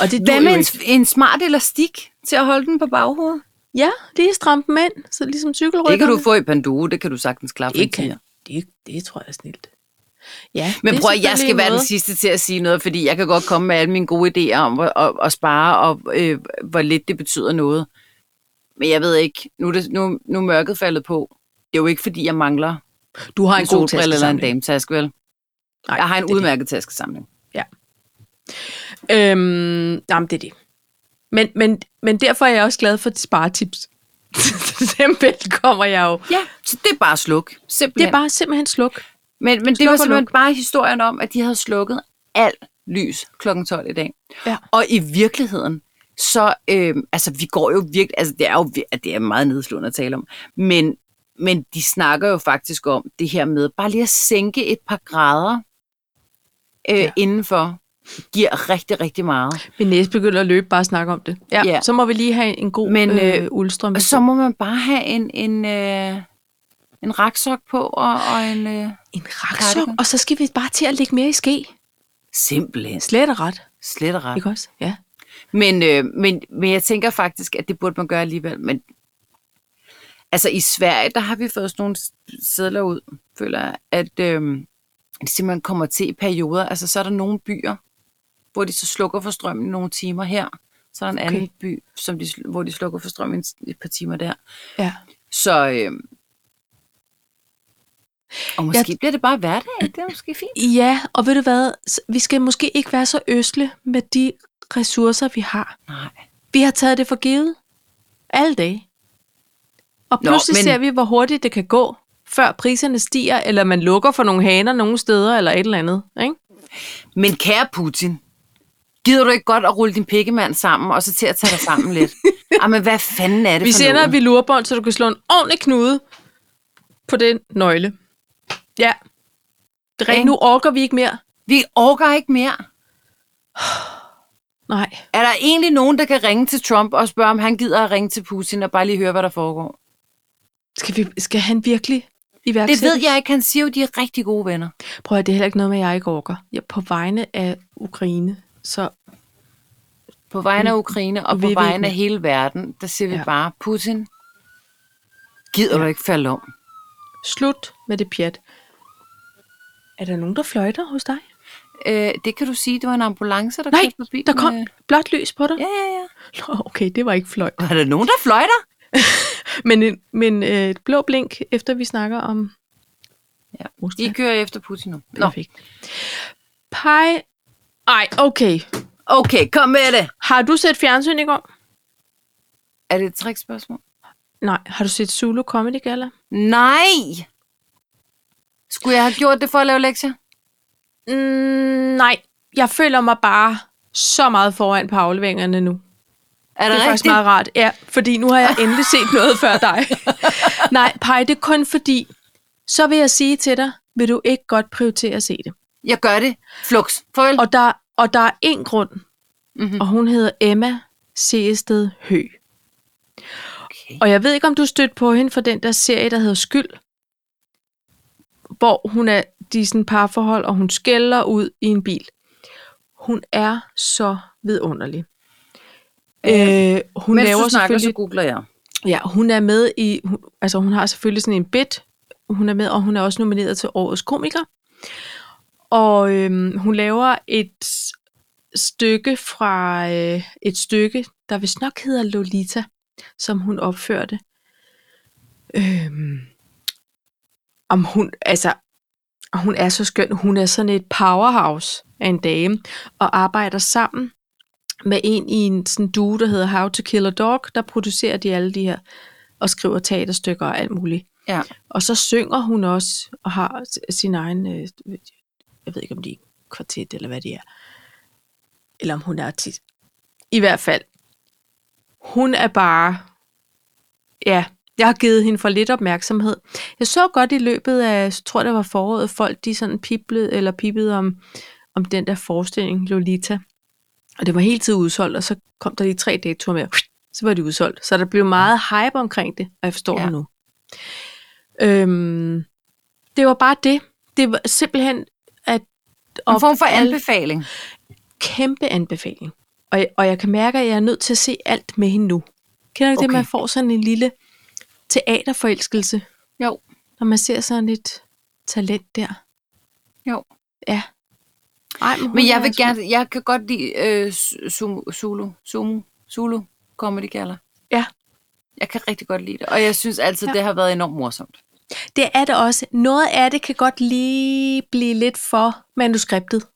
Og det Hvad duer med en, jo ikke. en smart elastik til at holde den på baghovedet? Ja, det er stramme dem ind, så ligesom cykelrytterne. Det kan du få i Pandue, det kan du sagtens klare for en tier. Det, det tror jeg er snilt. Ja, det Men er prøv at jeg selvfølgelig skal en være den måde. sidste til at sige noget, fordi jeg kan godt komme med alle mine gode idéer om hvor- at, at spare, og øh, hvor lidt det betyder noget. Men jeg ved ikke, nu er, det, nu, nu er mørket faldet på. Det er jo ikke, fordi jeg mangler Du har en, en god solbrille eller en taskesamling. dametaske, vel? Nej, Jeg har en det er det. udmærket taskesamling. Øhm, jamen, det er det. Men, men, men derfor er jeg også glad for de sparetips. Dem kommer jeg jo. Ja, så det er bare sluk. Det Simpelthen. er bare simpelthen sluk. Men, men det Sluk var og simpelthen luk. bare historien om, at de havde slukket alt lys kl. 12 i dag. Ja. Og i virkeligheden, så, øh, altså vi går jo virkelig, altså det er jo vir- at det er meget nedslående at tale om, men, men de snakker jo faktisk om det her med bare lige at sænke et par grader øh, Ja. ja. indenfor, giver rigtig, rigtig meget. Min næse begynder at løbe, bare at snakke om det. Ja, Ja. Så må vi lige have en god men, Men, øh, øh, uldstrøm. Og så må man bare have en, en, øh, en raksok på og, og en... Øh, en raksok, Cardigan. og så skal vi bare til at lægge mere i ske. simpelthen Slet og ret, slet og ret. ikke også? Ja. Men, øh, men, men jeg tænker faktisk, at det burde man gøre alligevel. Men altså i Sverige, der har vi fået sådan nogle sædler ud, føler jeg, at øh, det simpelthen kommer til i perioder. Altså så er der nogle byer, hvor de så slukker for strømmen nogle timer her. Så er der en Okay. okay. anden by, som de, hvor de slukker for strømmen et par timer der. ja. Så øh, og måske Jeg- bliver det bare hverdag. Det er måske fint. Ja, og ved du hvad? S- Vi skal måske ikke være så øsle med de ressourcer, vi har. Nej. Vi har taget det for givet. Alle dage. Og Nå, pludselig men- ser vi, hvor hurtigt det kan gå, før priserne stiger, eller man lukker for nogle haner nogle steder, eller et eller andet. Ikke? Men kære Putin, gider du ikke godt at rulle din pikkemand sammen, og så til at tage dig sammen lidt? Jamen, hvad fanden er det Vi for sender noget? et velurbånd, så du kan slå en ordentlig knude på den nøgle. Ja. Det er rent, Ikke? nu orker vi ikke mere. Vi orker ikke mere. Nej. Er der egentlig nogen, der kan ringe til Trump og spørge, om han gider at ringe til Putin og bare lige høre, hvad der foregår? Skal, vi, skal han virkelig Det iværksætte? ved jeg ikke. Han siger jo, de er rigtig gode venner. Prøv at det er heller ikke noget med, at jeg ikke orker. Jeg, på vegne af Ukraine, Så På vegne af Ukraine og Vi på ved vegne det. af hele verden, der siger vi Mm. Ja. bare, Putin, gider Ja. du ikke falde om? slut med det pjat. Er der nogen, der fløjter hos dig? Øh, det kan du sige, det var en ambulance, der Nej, kørte forbi. der kom med- blåt lys på dig. Ja, ja, ja. Nå, okay, det var ikke fløjt. Var der nogen, der fløjter? Men, en- men øh, et blå blink, efter vi snakker om Ja, Rusland. De kører efter Putin nu. Nå, Perfekt. Pej. Ej, okay. okay, kom med det. Har du set fjernsyn i går? Er det et trickspørgsmål? Nej. Har du set Zulu Comedy Gala? Nej! Skulle jeg have gjort det for at lave lektier? Mm, nej. Jeg føler mig bare så meget foran på afleveringerne nu. Er det det, er faktisk rigtigt? meget rart. Ja, fordi nu har jeg endelig set noget før dig. nej, Pej, det er kun fordi, så vil jeg sige til dig, vil du ikke godt prioritere at se det? Jeg gør det. Flux. Farvel. Og der, og der er en grund, Mhm. mm-hmm. og hun hedder Emma Seested Hø. Okay. Og jeg ved ikke, om du stødte på hende for den der serie, der hedder Skyld, hvor hun er de er sådan parforhold, og hun skælder ud i en bil. Hun er så vidunderlig. Øh, hun Mens laver du snakker, selvfølgelig så googler jeg. Ja, hun er med i, hun, altså hun har selvfølgelig sådan en bit, hun er med, og hun er også nomineret til Årets Komiker. Og øhm, hun laver et stykke fra øh, et stykke, der vist nok hedder Lolita, som hun opførte. Øhm, om hun, altså, og hun er så skøn. Hun er sådan et powerhouse af en dame, og arbejder sammen med en i en sådan duo, der hedder How to Kill a Dog, der producerer de alle de her, og skriver teaterstykker og alt muligt. Ja. Og så synger hun også, og har s- sin egen, øh, jeg ved ikke om de er kvartet, eller hvad det er, eller om hun er artist. I hvert fald, hun er bare, ja, jeg har givet hende for lidt opmærksomhed. Jeg så godt i løbet af, jeg tror det var foråret, folk de sådan piblede, eller pippede om, om den der forestilling, Lolita. Og det var hele tiden udsolgt, og så kom der lige tre datoer med, så var det udsolgt. Så der blev meget hype omkring det, og jeg forstår Ja. ja. det nu. Øhm, det var bare det. Det var simpelthen at En form for alle- anbefaling. kæmpe anbefaling. Og, jeg- og jeg kan mærke, at jeg er nødt til at se alt med hende nu. Kender du okay. Okay. det, man får sådan en lille teaterforelskelse, Jo. når man ser sådan et talent der? Jo. Ja. Ej, hun Men jeg er vil sgu- gerne, jeg kan godt lide øh, Su- Zulu, Sumo, Zulu Comedy Gala. Ja. Jeg kan rigtig godt lide det, og jeg synes altid, ja. Ja. det har været enormt morsomt. Det er det også. Noget af det kan godt lige blive lidt for manuskriptet.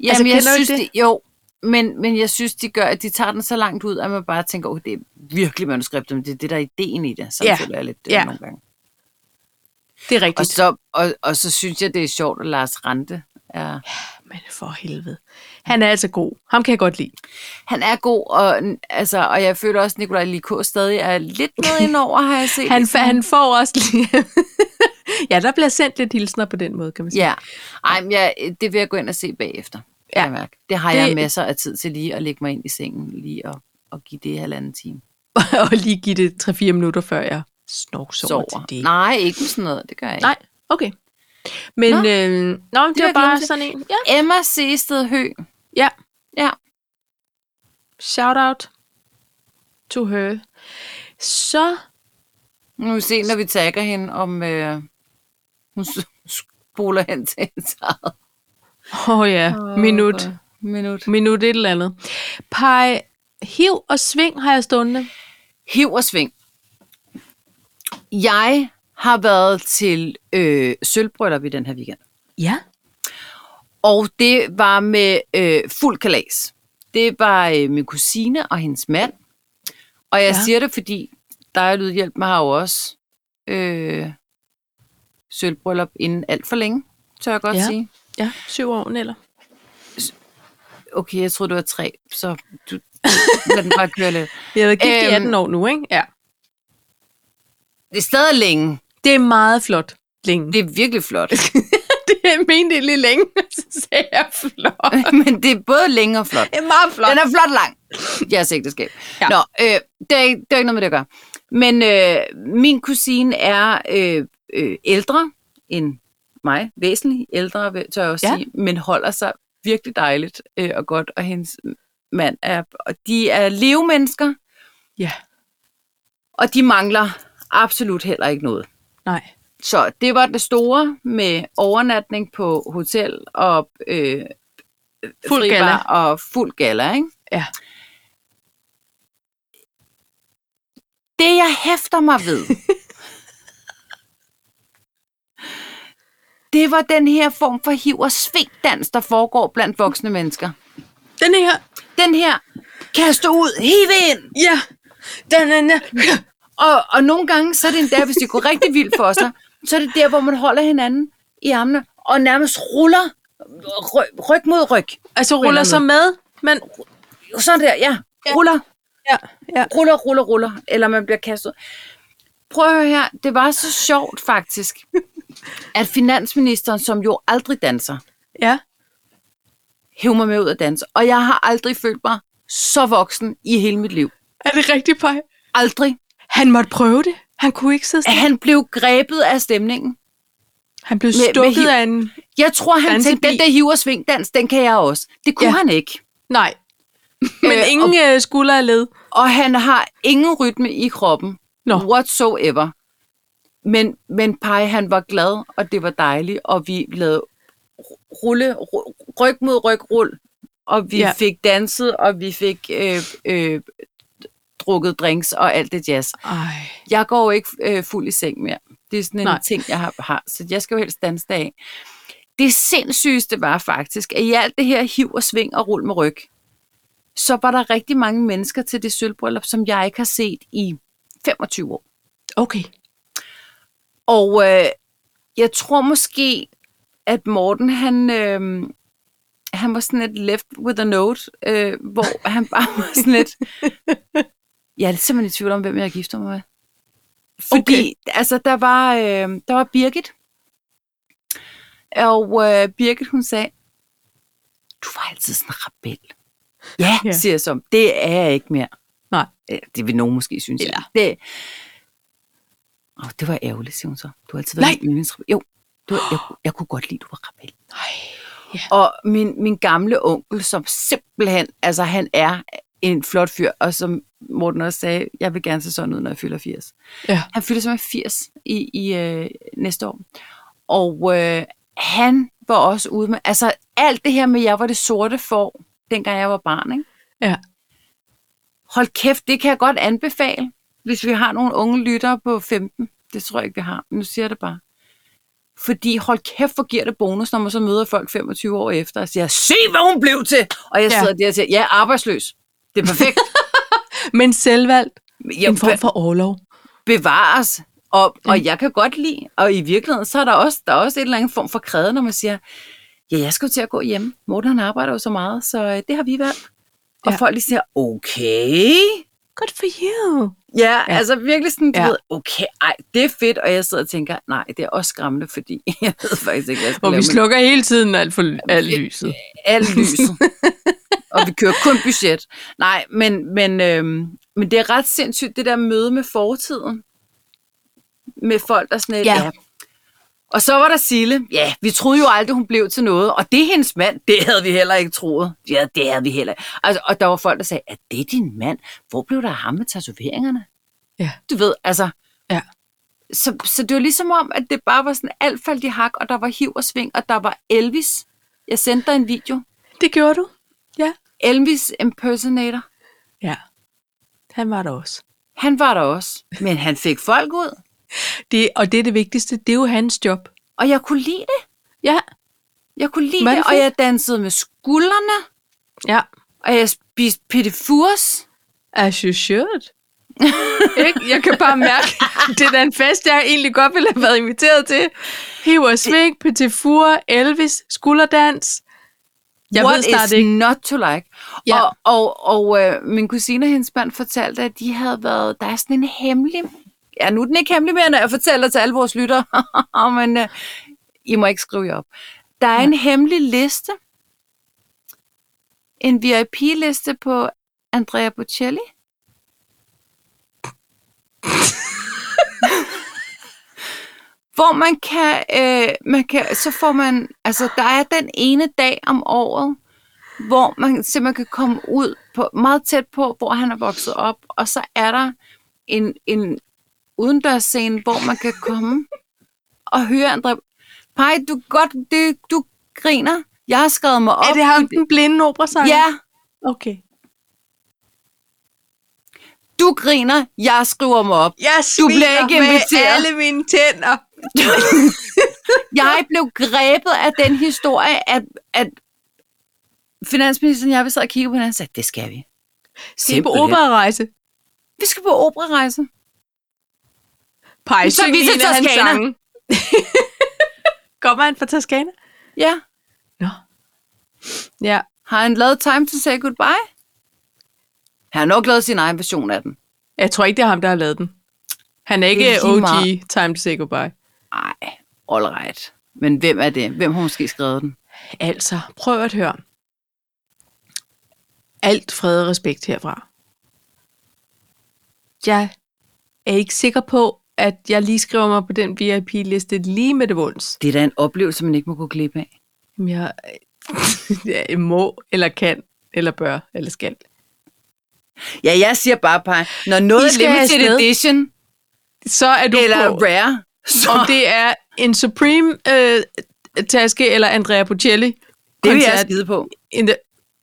Jamen, Altså, altså, jeg kender du synes, ikke det? jo, men, men jeg synes, de gør, at de tager den så langt ud, at man bare tænker, okay, det er virkelig manuskriptet, men det er det, der er ideen i det, som ja. Ja. føler jeg lidt ja. Ja. nogle gange. Det er rigtigt. Og så, og, og så synes jeg, det er sjovt, at Lars Rante er... Men for helvede. Han er altså god. Ham kan jeg godt lide. Han er god, og, altså, og jeg føler også, at Nikolaj Likå stadig er lidt med indover, har jeg set. Han, i fa- han får også lige... ja, der bliver sendt lidt hilsner på den måde, kan man sige. Ja. Ej, men jeg, det vil jeg gå ind og se bagefter. Ja. Ja. Jeg mærke. Det har det... Det- jeg masser af tid til lige at lægge mig ind i sengen lige og, og give det halvanden time. og lige give det 3-4 minutter, før jeg snorksover Sover. til det. Nej, ikke med sådan noget. Det gør jeg ikke. Nej, okay. Men Nå. nå. Øh, nå, det, jeg det var glemt bare til. sådan en. Ja. Emma Sested Hø. ja. Ja. Shout out to her. Så Nu vil vi se, når vi tagger hende, om øh, hun s- spoler hen til hendes eget Åh oh ja, minut. minut. Minut et eller andet. Pej, hiv og sving har jeg stående. Hiv og sving. Jeg har været til øh, sølvbryllup i den her weekend. Ja. Og det var med øh, fuld kalas. Det var øh, min kusine og hendes mand. Og jeg ja. Ja. siger det, fordi dig og Lydhjælp mig har jo også øh, sølvbryllup inden alt for længe, tør jeg godt ja. Ja. sige. Ja, syv år eller? Okay, jeg troede, du var tre, så du, lad den bare køre lidt. Vi har været gift øhm, i Øhm. 18 år nu, ikke? Ja. Det er stadig længe. Det er meget flot. Længe. Det er virkelig flot. Det, jeg mente jeg lige længe, så sagde jeg flot. Men det er både længe og flot. Det er meget flot. Den er flot lang. Jeres ægteskab. Ja. Ja. Nå, øh, det, er, ikke- det er ikke noget med det at gøre. Men øh, min kusine er øh, øh, ældre end mig. Væsentligt ældre, vil- tør jeg også ja. Ja. sige. Men holder sig virkelig dejligt øh, og godt, og hendes mand er, og de er levemennesker, Ja, og de mangler absolut heller ikke noget. nej. Så det var det store med overnatning på hotel og øh, Fuld fribar galla. og fuld gala, ikke? Ja. Det, jeg hæfter mig ved, det var den her form for hiv- og svingdans, der foregår blandt voksne mennesker. Den her. Den her, kaste ud, hive ind, Ja. Den anden. Og, og nogle gange, så er det endda, hvis det går rigtig vildt for sig, så er det der, hvor man holder hinanden i armene og nærmest ruller ry- ryg mod ryg. Altså ruller sig med, men... Sådan der, ja. Ruller, Ja, ja. ruller, ruller, ruller. Eller man bliver kastet. Prøv at høre her. Det var så sjovt faktisk, at finansministeren, som jo aldrig danser, Ja. hæv mig med ud at danse. Og jeg har aldrig følt mig så voksen i hele mit liv. Er det rigtigt, Paj? Aldrig. Han måtte prøve det. Han kunne ikke sidde stille. Han blev grebet af stemningen. Han blev Med- med stukket hiv. af en... Jeg tror, han Dansebil. tænkte, den der hiver svingdans, den kan jeg også. Det kunne ja. Ja. han ikke. Nej. Men Øh, ingen øh, skulder er led. Og han har ingen rytme i kroppen. Nå. Whatsoever. Men, men Pai, han var glad, og det var dejligt, og vi lavede ru- rulle, ru- ryg mod ryg, rul, og vi ja. Ja. fik danset, og vi fik øh, øh, drukket drinks og alt det jazz. Ej. Jeg går jo ikke øh, fuld i seng mere. Det er sådan en Nej. Nej. ting, jeg har, har, så jeg skal jo helst danse det af. Det sindssygeste var faktisk, at i alt det her hiv og sving og rul med ryg, så var der rigtig mange mennesker til det sølvbryllup, som jeg ikke har set i 25 år. Okay. Og øh, jeg tror måske, at Morten, han, øh, han var sådan lidt left with a note, øh, hvor han bare var sådan lidt... Jeg er simpelthen i tvivl om, hvem jeg gifter mig med. Fordi okay. altså, der, var, øh, der var Birgit, og øh, Birgit, hun sagde, du var altid sådan en rebel. Ja, Ja. yeah. siger jeg så. Det er jeg ikke mere. Nej. Eller, Det vil nogen måske synes. Eller- Jeg. Det, Åh, det var ærgerligt, siger hun så. Du har altid Nej. været min yndlingsrebel. Jo, du, jeg, jeg kunne godt lide, du var rebel. Ej. Og min, min gamle onkel, som simpelthen, altså han er en flot fyr, og som Morten også sagde, jeg vil gerne se sådan ud, når jeg fylder 80. Ja. Han fylder simpelthen 80 i, i øh, næste år. Og øh, han var også ude med, altså alt det her med, jeg var det sorte for, dengang jeg var barn, ikke? Ja. Hold kæft, det kan jeg godt anbefale, hvis vi har nogle unge lyttere på 15. Det tror jeg ikke, vi har, men nu siger jeg det bare. Fordi hold kæft, hvor giver det bonus, når man så møder folk 25 år efter og siger, se hvad hun blev til! Og jeg Ja. sidder der og siger, ja, arbejdsløs. Det er perfekt. Men selvvalgt. Jeg en form for overlov. bevares. Og, Mm. og jeg kan godt lide, og i virkeligheden, så er der også, der er også et eller andet form for kræde, når man siger, ja, jeg skal jo til at gå hjem. Morten han arbejder jo så meget, så øh, det har vi valgt. Og Ja. folk lige siger, okay, Good for you. Ja, ja, altså virkelig sådan, du ja. Ja. ved, okay, ej, det er fedt, og jeg sidder og tænker, nej, det er også skræmmende, fordi jeg ved faktisk ikke, hvad jeg skal Hvor vi lave med slukker hele tiden alt for alt lyset. alt lyset. og vi kører kun budget. Nej, men, men, øhm, men det er ret sindssygt, det der møde med fortiden. Med folk, der sådan lidt, Ja. Og så var der Sille. Ja, vi troede jo aldrig, hun blev til noget. Og det er hendes mand. Det havde vi heller ikke troet. Ja, det havde vi heller ikke. Altså, og der var folk, der sagde, er det din mand? Hvor blev der af ham med tatoveringerne? Ja. Du ved, altså... Ja. Så, så det var ligesom om, at det bare var sådan alt faldt i hak, og der var hiv og sving, og der var Elvis. Jeg sendte dig en video. Det gjorde du. Ja. Elvis impersonator. Ja. Han var der også. Han var der også, men han fik folk ud, Det, og det er det vigtigste. Det er jo hans job. og jeg kunne lide det. Ja. Jeg kunne lide Var det, det, det og fedt? jeg dansede med skuldrene, Ja. og jeg spiste pittifurs. As you should. Ikke? Jeg kan bare mærke, det er da en fest, jeg egentlig godt ville have været inviteret til. Hiv og sving, petit four, Elvis, skulderdans. Jeg What ved snart is ikke. not to like? Ja. Og, og, og øh, min kusine og hendes mand fortalte, at de havde været... Der er sådan en hemmelig... Ja, nu er den ikke hemmelig mere, når jeg fortæller til alle vores lyttere. men øh, I må ikke skrive jer op. Der er en hemmelig liste. En VIP-liste på Andrea Bocelli. hvor man kan, øh, man kan, så får man, altså der er den ene dag om året, hvor man simpelthen kan komme ud på, meget tæt på, hvor han er vokset op, og så er der en, en udendørsscene, hvor man kan komme og høre André. Pej, du kan godt, det, du griner. Jeg har skrevet mig op. Er det ham, den blinde operasanger? Ja, Okay. du griner. Jeg skriver mig op. Jeg smiler bliver ikke inviteret. med alle mine tænder. Jeg blev grebet af den historie, at, at finansministeren og jeg, vi sad og kiggede på hinanden og sagde, det skal vi. Skal på operarejse. Vi skal på operarejse. Pej, Så syng vi til en af hans Toscana. sange. Kommer han fra Toskana? Ja. Nå. Ja. Har han lavet Time to Say Goodbye? Han har nok lavet sin egen version af den. Jeg tror ikke, det er ham, der har lavet den. Han er Det ikke er lige OG, meget. Time to Say Goodbye. Ej, all right. Men hvem er det? Hvem har måske skrevet den? Altså, prøv at høre. Alt fred og respekt herfra. Jeg er ikke sikker på, at jeg lige skriver mig på den VIP-liste lige med det vunds. Det er da en oplevelse, man ikke må gå glip af. Jamen, Jeg, jeg må, eller kan, eller bør, eller skal. Ja, jeg siger bare, Paj, når noget I er skal limited afsted. edition, Så er du eller på, rare, så om det er en Supreme-taske eller Andrea Bocelli. det vil jeg koncert. skide på. In the,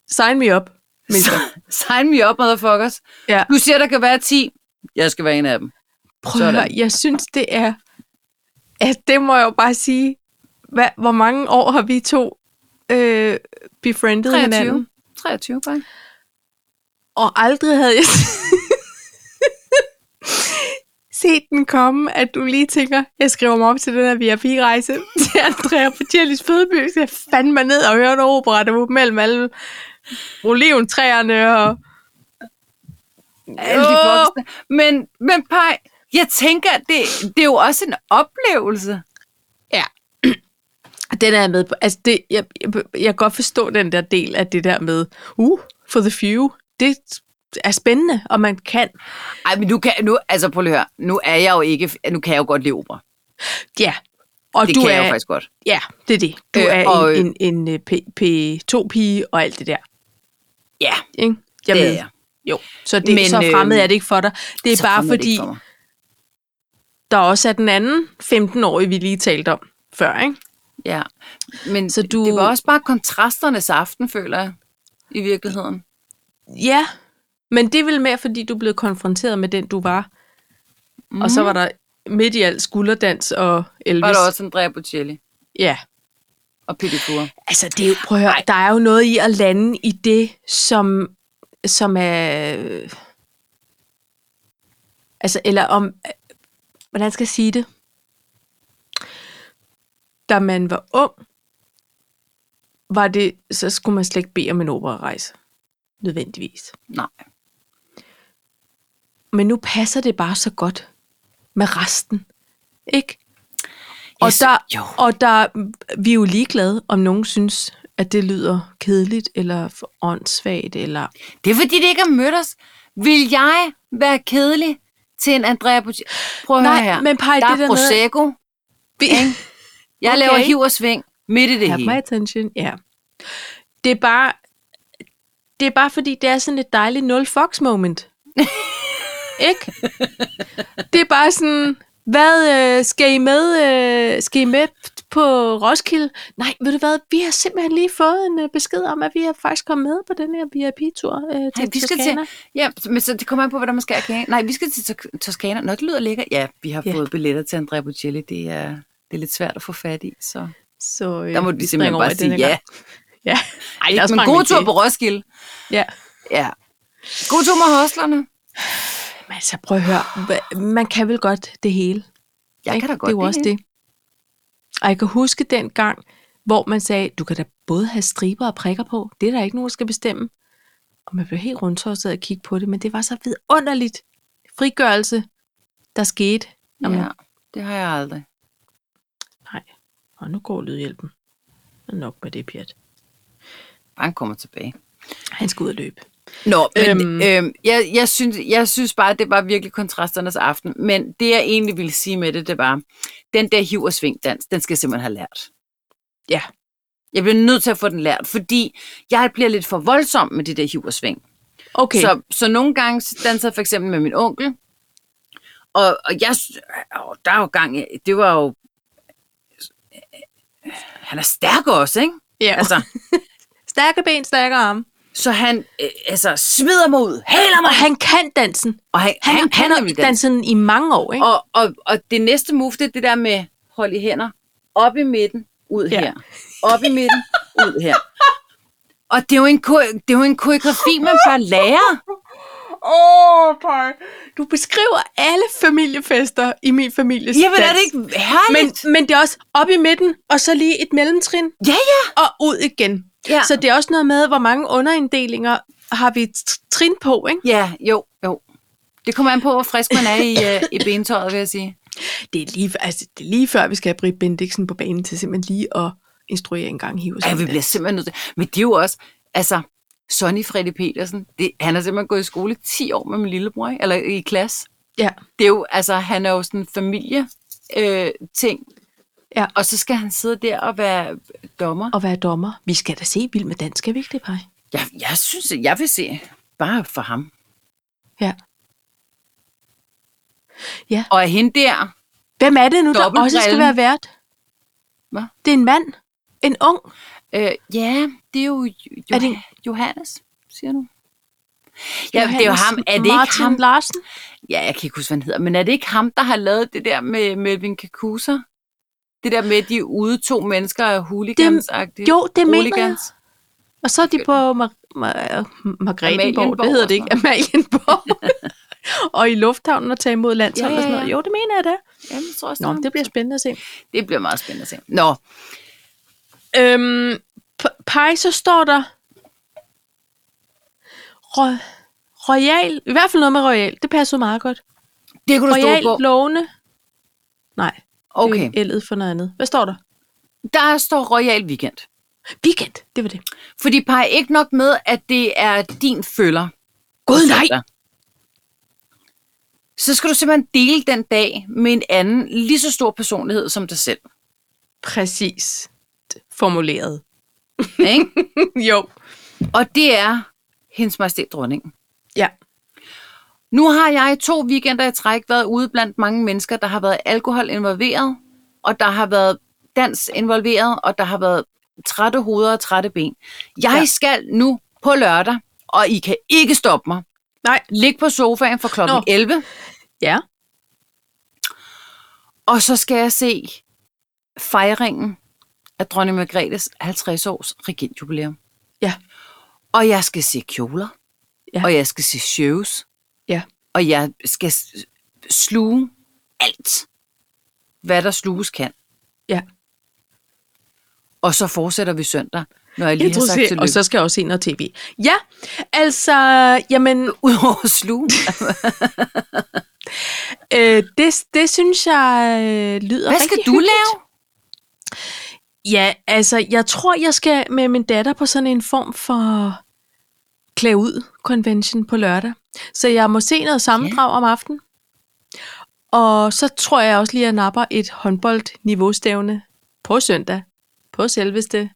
sign me up. mennesker. Sign me up, motherfuckers. Ja. Du siger, der kan være 10. Jeg skal være en af dem. Prøv at høre, Sådan. jeg synes, det er... Altså, det må jeg jo bare sige. Hvad, hvor mange år har vi to øh, befriendet 23. hinanden? 23, bare. Og aldrig havde jeg set den komme, at du lige tænker, jeg skriver mig op til den her VIP-rejse til Andrea Bocellis fødeby, så jeg fandt mig ned og hørte en opera, der var mellem alle oliventræerne og... Alle de voksne. Men, men Paj, jeg tænker, at det, det er jo også en oplevelse. Den er jeg med på. Altså, det, jeg, jeg, jeg kan godt forstå den der del af det der med, uh, for the few. Det er spændende, og man kan. Ej, men nu kan nu, altså prøv lige at høre. Nu er jeg jo ikke, nu kan jeg jo godt lide opera. Ja. Og Det du kan er, jeg jo faktisk godt. Ja, det er det. Du Øh, er og- en, en, en øh, P- P2-pige og alt det der. Ja, Ikke? Jeg det ved. er jeg. Jo, så, det, Men, Men, så fremmed øh, er det ikke for dig. Det er Så bare fremmed fordi, ikke for mig. der også er den anden 15-årige, vi lige talte om før, ikke? Ja, men Så så du- du... det var også bare kontrasternes aften, føler jeg, i virkeligheden. Ja, men det er vel mere, fordi du blev konfronteret med den, du var. Mm. Og så var der midt i alt skulderdans og Elvis. Mhm. Var der også Andrea Bocelli Ja. og Pittifur. Altså, det er jo, prøv at høre, der er jo noget i at lande i det, som, som er... Altså, eller om... Hvordan skal jeg sige det? Da man var ung, var det, så skulle man slet ikke bede om en operarejse. Nødvendigvis. Nej. Men nu passer det bare så godt med resten. Ikke? Og, Yes, der, jo. og der, vi er jo ligeglade, om nogen synes, at det lyder kedeligt, eller for åndssvagt, eller... Det er fordi, det ikke har mødt os. Vil jeg være kedelig til en Andrea Bocelli? Prøv at Nej, høre her. men Paj, der det er der med- Prosecco. Vi, Jeg Okay. okay. laver hiv og sving midt i det have my hele. attention, ja. Det er bare... Det er bare fordi, det er sådan et dejligt nul fox moment. Ikke? Det er bare sådan, hvad øh, skal I med? Øh, skal I med på Roskilde? Nej, ved du hvad? Vi har simpelthen lige fået en øh, besked om, at vi har faktisk kommet med på den her VIP-tur øh, til Nej, vi skal Toscana." til, ja, men så det kommer an på, hvordan man skal erkende. Nej, vi skal til Tos- Toskana. Nå, det lyder lækkert. Ja, vi har Ja. ja. fået billetter til Andrea Bocelli. Det er, det er lidt svært at få fat i, så Så øh, der må vi vi springer simpelthen over bare i denne sige ja. gang. Ja. Ej, Ej, men god tur på Roskilde. Ja. Ja. God tur med hoslerne. Men altså, prøv at høre. Hva- Man kan vel godt det hele. Jeg ikke? kan da godt Det er jo også det. Og jeg kan huske den gang, hvor man sagde, du kan da både have striber og prikker på. Det er der ikke nogen, der skal bestemme. Og man blev helt rundtosset at kigge på det, men det var så vidunderligt frigørelse, der skete. når man- Ja, det har jeg aldrig. Nej. Og nu går lydhjælpen. Nok med det, Pjat. Han kommer tilbage. Han skal ud og løbe. Nå, men Øhm. øhm. Øhm, jeg, jeg, synes, jeg synes bare, at det var virkelig kontrasternes aften. Men det, jeg egentlig ville sige med det, det var, den der hiv- og svingdans, den skal jeg simpelthen have lært. Ja. Jeg bliver nødt til at få den lært, fordi jeg bliver lidt for voldsom med det der hiv- og sving. Okay. Så, så nogle gange så dansede jeg for eksempel med min onkel, og, og jeg, s- åh, der er jo gang, i- det var jo, han er stærk også, ikke? ja. Altså, Stærke ben, stærke arme. så han øh, altså, smider mig ud, hæler mig, Og han kan dansen. og han, Han, han, han er har vild danser. danset den i mange år, ikke? Og, og, og det næste move, det er det der med, hold i hænder, op i midten, ud Ja. her. Op i midten, ud her. Og det er, jo en, ko- det er jo en koreografi, man bør lære. Åh, oh, Du beskriver alle familiefester i min families Jamen, er dans. det ikke herligt? Men, men det er også op i midten, og så lige et mellemtrin, ja, ja. og ud igen. Ja. Så det er også noget med, hvor mange underinddelinger har vi t- trin på, ikke? Ja, jo, jo. Det kommer an på, hvor frisk man er i, øh, i bentøjet, vil jeg sige. Det er lige, altså, det er lige før, vi skal have Britt Bendiksen på banen til simpelthen lige at instruere en gang hive Ja, vi bliver simpelthen nødt til. Men det er jo også, altså, Sonny Freddy Petersen, det, han har simpelthen gået i skole 10 år med min lillebror, ikke? eller i klasse. Ja, Det er jo, altså, han er jo sådan en familie øh, ting. Ja. Og så skal han sidde der og være dommer. og være dommer. Vi skal da se Vild med Dansk, er vi ikke det, Paj? Jeg, jeg synes, at jeg vil se bare for ham. Ja. Og er hende der, Hvem er det nu, der også skal Dobbeltbrillen. være vært? Hvad? Det er en mand. En ung. øh, ja, det er jo jo- Er det- Johannes, siger du. Ja, det er jo ham. Er det Martin ikke ham, Larsen? ja, jeg kan ikke huske, hvad han hedder, men er det ikke ham, der har lavet det der med Melvin Kakusa? Det der med, at de er ude to mennesker er hooligans det, Jo, det mener jeg. hooligans. Og så er de på Mar- Mar- Margrethenborg, det Amalienborg hedder og det ikke, sådan Amalienborg. og i lufthavnen og tage imod landshold Ja, ja, og sådan noget. ja. Jo, det mener jeg da. Ja, jeg tror også, Nå, det bliver spændende at se. det bliver meget spændende at se. Nå, Øhm, P- Pej, så står der Ro- Royal, i hvert fald noget med Royal. Det passer meget godt. det kunne du stå Royal, på. lovende. Nej, Okay, det er ellet for noget andet. Hvad står der? der står Royal Weekend. Weekend, det var det. Fordi peger ikke nok med, at det er din følger. Gud, nej! Så skal du simpelthen dele den dag med en anden lige så stor personlighed som dig selv. Præcis formuleret. Ikke? jo. Og det er hendes majestæt dronningen. Ja. Nu har jeg i to weekender i træk været ude blandt mange mennesker, der har været alkohol involveret, og der har været dans involveret, og der har været trætte hoveder og trætte ben. Jeg Ja. ja. skal nu på lørdag, og I kan ikke stoppe mig. Nej. Ligge på sofaen fra kl. Nå. 11, Ja. og så skal jeg se fejringen af dronning Margrethes 50 års regentjubilæum. Ja. Og jeg skal se kjoler, Ja. og jeg skal se shows, Ja. og jeg skal s- sluge alt, hvad der sluges kan. Ja. Og så fortsætter vi søndag, når jeg lige har sagt Introducer- tillykke. og så skal jeg også se noget tv. Ja, altså, jamen, Udover at sluge. øh, det, det synes jeg øh, lyder Hvad skal rigtig du hyggeligt. lave? Ja, altså, jeg tror, jeg skal med min datter på sådan en form for klæde ud convention på lørdag. Så jeg må se noget sammendrag om aftenen. Og så tror jeg også lige, at jeg napper et håndboldniveaustævne på søndag. På selveste...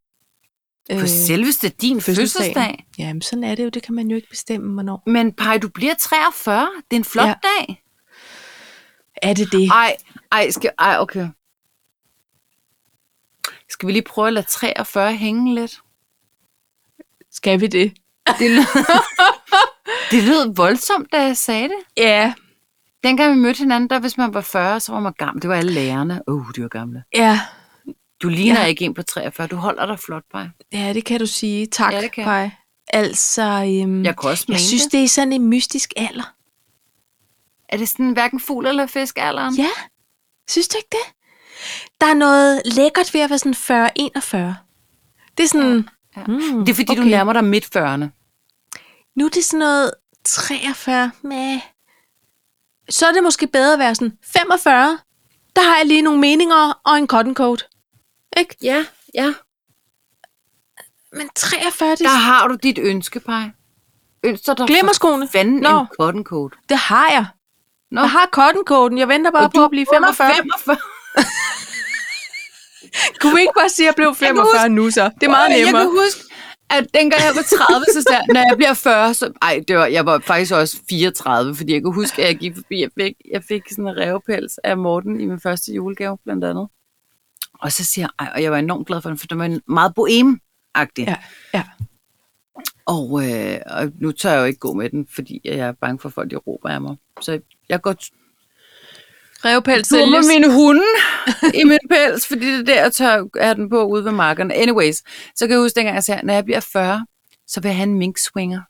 øh, På selveste din fødselsdag. Jamen, sådan er det jo. Det kan man jo ikke bestemme, hvornår. Men Paj, du bliver 43. Det er en flot Ja. ja. dag. Er det det? Ej, ej, skal, ej, okay. Skal vi lige prøve at lade 43 hænge lidt? Skal vi det? Det lød, det lød voldsomt, da jeg sagde det. Ja, Dengang vi mødte hinanden, der hvis man var 40, så var man gammel. Det var alle lærerne. Åh, oh, de var gamle. ja. Du ligner Ja. ja. Mm. ikke en på 43. Du holder dig flot, Paj. Ja, det kan du sige. Tak, Ja, det kan. Paj. Altså, øhm, Jeg kunne også mene jeg synes, det. det er sådan en mystisk alder. Er det sådan hverken fugl eller fisk alderen? Ja, synes du ikke det? Der er noget lækkert ved at være sådan 40-41. Det er sådan, Ja. Mm, Det er fordi, okay. du okay. nærmer dig midt 40'erne. nu er det sådan noget 43, med. Så er det måske bedre at være sådan 45. Der har jeg lige nogle meninger og en cotton coat. Ikke? Ja, ja. Men 43, det Der har du dit ønskepej. Ønsker dig Glimmerskoene? for fanden Nå. en cotton coat. Det har jeg. Nå. Jeg har cotton coaten. Jeg venter bare Og du på at blive er under 45. 45. Kunne vi ikke bare sige, at jeg blev kan 45 nu så? Det er meget Jeg nemmere. kan huske, at dengang jeg var 30, så sagde jeg, når jeg bliver 40, så... Ej, det var, jeg var faktisk også 34, fordi jeg kan huske, at jeg gik forbi, jeg fik, jeg fik sådan en revpels af Morten i min første julegave, blandt andet. Og så siger jeg, ej, og jeg var enormt glad for den, for den var en meget bohem-agtig. Ja, ja. Og, øh, og nu tør jeg jo ikke gå med den, fordi jeg er bange for, at folk de råber af mig. Så jeg går Revpæl tur med sælges. mine hunde i min pels, fordi det er der, jeg tør have den på ude ved markerne. Anyways, så kan jeg huske dengang, jeg sagde, når jeg bliver 40, så vil jeg have en minkswinger.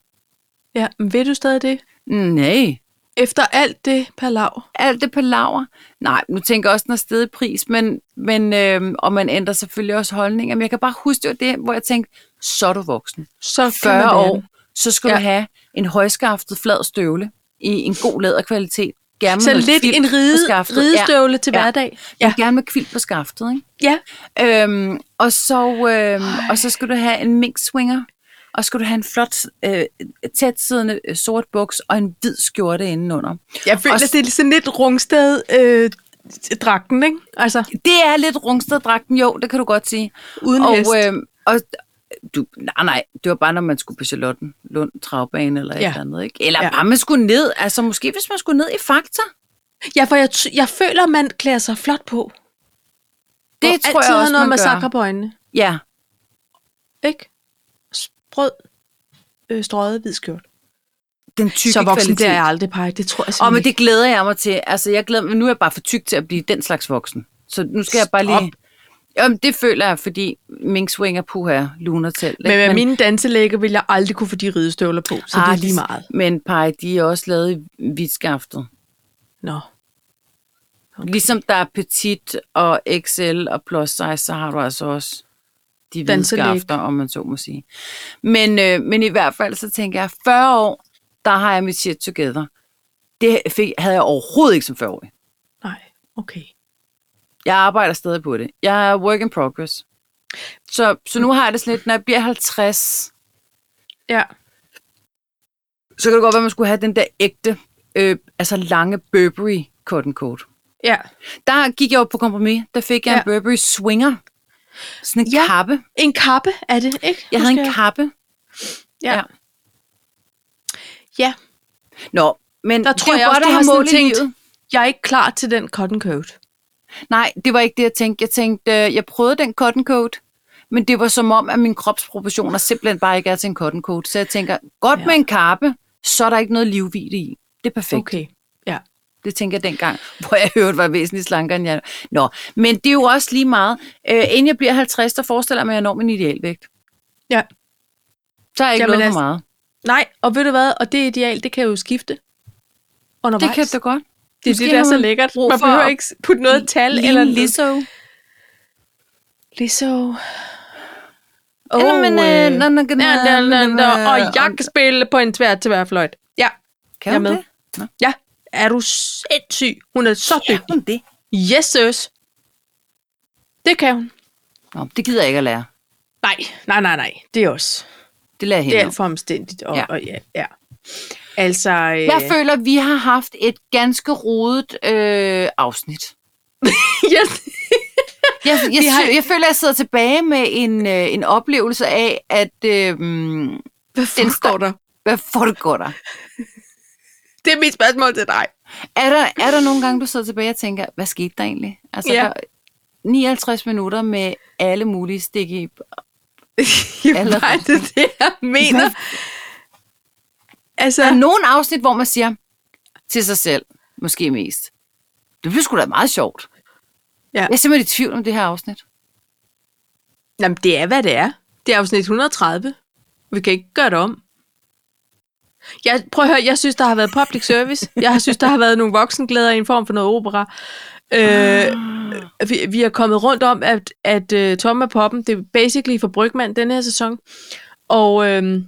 Ja, men ved du stadig det? Nej, Efter alt det palav. alt det palaver. Nej, nu tænker jeg også, den er stedet i pris, men, men øh, og man ændrer selvfølgelig også holdninger. Men jeg kan bare huske, det var det, hvor jeg tænkte, så er du voksen. Så kan 40 man være år, det. så skal ja. Ja. du have en højskaftet flad støvle i en god læderkvalitet. Gerne med Så noget lidt kvilt en på ride, skaftet. ridestøvle til Ja. hverdag. Ja, ja. gerne med kvilt på skaftet, ikke? ja. Øhm, og, så, øhm, og så skal du have en minkswinger, og skal du have en flot, øh, tæt siddende øh, sort buks og en hvid skjorte indenunder. Jeg føler, Og- at det er sådan lidt rungsted øh, dragten, ikke? Altså, Det er lidt rungsteddragten, jo, det kan du godt sige. uden og, og, hest. Øh, øhm, og du, nej, nej, det var bare, når man skulle på Charlotten Lund Travbane eller ja. et Ja. eller andet, ikke? Eller Ja. ja. bare, man skulle ned, altså måske hvis man skulle ned i Fakta. ja, for jeg, t- jeg føler, man klæder sig flot på. Det og tror altid jeg har også, noget man med gør. sakker på øjnene. Ja, Ikke? Sprød, øh, strøget, hvid skjort. den tykke Så voksen, kvalitet. det er jeg aldrig, Paj. Det tror Og jeg men simpelthen det glæder jeg mig til. Altså, jeg glæder mig. Nu er jeg bare for tyk til at blive den slags voksen. Så nu skal jeg bare lige... Jamen, det føler jeg, fordi minkswinger puha, luner til. Men med mine danselægger vil jeg aldrig kunne få de ridestøvler på, så det er lige meget. Men pej, de er også lavet i hvidt skaftet. Nå. Okay. Ligesom der er petit og XL og plus size, så har du altså også de hvide Danselæg. skafter, om man så må sige. Men, øh, men i hvert fald, så tænker jeg, 40 år, der har jeg mit shit together. Det fik, havde jeg overhovedet ikke som 40-årig. Nej, okay. Jeg arbejder stadig på det. Jeg er work in progress. Så, så nu har jeg det sådan lidt, når jeg bliver 50, Ja. så kan det godt være, at man skulle have den der ægte, øh, altså lange Burberry cotton coat. Ja. Der gik jeg jo på kompromis. Der fik jeg ja. en Burberry swinger. Sådan en ja. Ja. kappe. En kappe er det, ikke? Jeg havde Husker en kappe. Ja. ja. ja. Ja, Nå, men der tror det er jeg jo også, godt, at du har have mål sådan i tænkt, livet. jeg er ikke klar til den cotton coat. Nej, det var ikke det, jeg tænkte. Jeg tænkte, øh, jeg prøvede den cotton coat, men det var som om, at mine kropsproportioner simpelthen bare ikke er til en cotton coat. Så jeg tænker, godt ja. Ja. med en kappe, så er der ikke noget livvidde i. Det er perfekt. Okay. Okay, ja. Det tænker jeg dengang, hvor jeg hørte, var væsentligt slankere end jeg. Nå, men det er jo også lige meget. Øh, inden jeg bliver 50, der forestiller jeg mig, at jeg når min idealvægt. Ja. Så er jeg ikke Jamen, Jamen noget altså, for meget. Nej, og ved du hvad? Og det ideal, det kan jo skifte undervejs. Det kan det godt. det er Måske det, der er har så man lækkert. brug Man for behøver at ikke putte noget tal Ligne eller Lizzo. Liso. Oh, eller, men, øh, na, na, na, na, na, na, Og jeg kan spille på en tvær til hver fløjt. Ja. Kan jeg hun med. det? Nå. Ja. Er du sindssyg? Hun er så Kan dygtig. hun det? Yes, søs. Det kan hun. Nå, det gider jeg ikke at lære. Nej, nej, nej, nej. Det er også. Det lader jeg Det er altså- hende alt for omstændigt. Og, Ja. ja. Og, ja, ja. Altså, øh, Jeg føler, at vi har haft et ganske rodet øh, afsnit. ja, Jeg, jeg, Vi har- sø- jeg føler, at jeg sidder tilbage med en, øh, en oplevelse af, at... Øh, mm, hvad Den fanden står der? hvad foregår der? Det er mit spørgsmål til dig. Er der? Er der nogle gange, du sidder tilbage og tænker, hvad skete der egentlig? Altså, Ja. der, 59 minutter med alle mulige stik i. Eller- Eller... Nej, det er det, jeg mener. Altså, Der er nogle afsnit, hvor man siger til sig selv, måske mest. Det bliver sgu da meget sjovt. Ja. Jeg er simpelthen i tvivl om det her afsnit. jamen, det er, hvad det er. Det er afsnit 130. Vi kan ikke gøre det om. Jeg, prøv at høre, jeg synes, der har været public service. Jeg synes, der har været nogle voksenglæder i en form for noget opera. Øh, vi, vi er kommet rundt om, at, at uh, Tom er poppen. Det er basically for Brygman den her sæson. Og øh,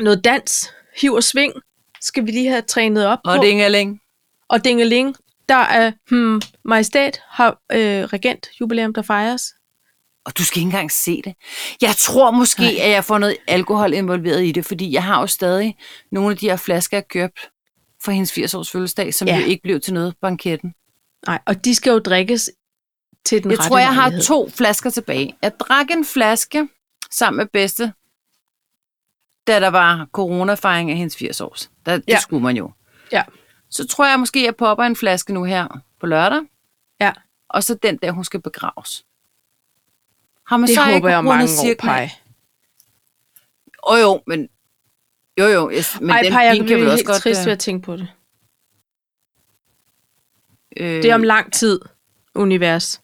noget dans, hiv og sving, skal vi lige have trænet op på. Og dingeling. Og Dingeling, der er hmm, majestat, har øh, regent jubilæum, der fejres. Og du skal ikke engang se det. Jeg tror måske, Nej. at jeg får noget alkohol involveret i det, fordi jeg har jo stadig nogle af de her flasker, jeg købte for hendes 80-års fødselsdag, som Ja. ja. jo ikke blev til noget på banketten. Nej, og de skal jo drikkes til den Jeg rette tror, jeg har lejlighed. to flasker tilbage. Jeg drak en flaske sammen med bedste, da der var coronafejring af hendes 80-års. Der, det Ja. skulle man jo. Ja, Så tror jeg måske, jeg popper en flaske nu her på lørdag, ja. og så den der, hun skal begraves. Har man det så håber ikke jeg rundet mange år, cirklen? Paj. Åh oh, jo, men... Jo jo, yes, men Ej, den Paj, jeg bil kan blive vel helt godt, trist øh, ved at tænke på det. øh, Det er om lang tid, univers.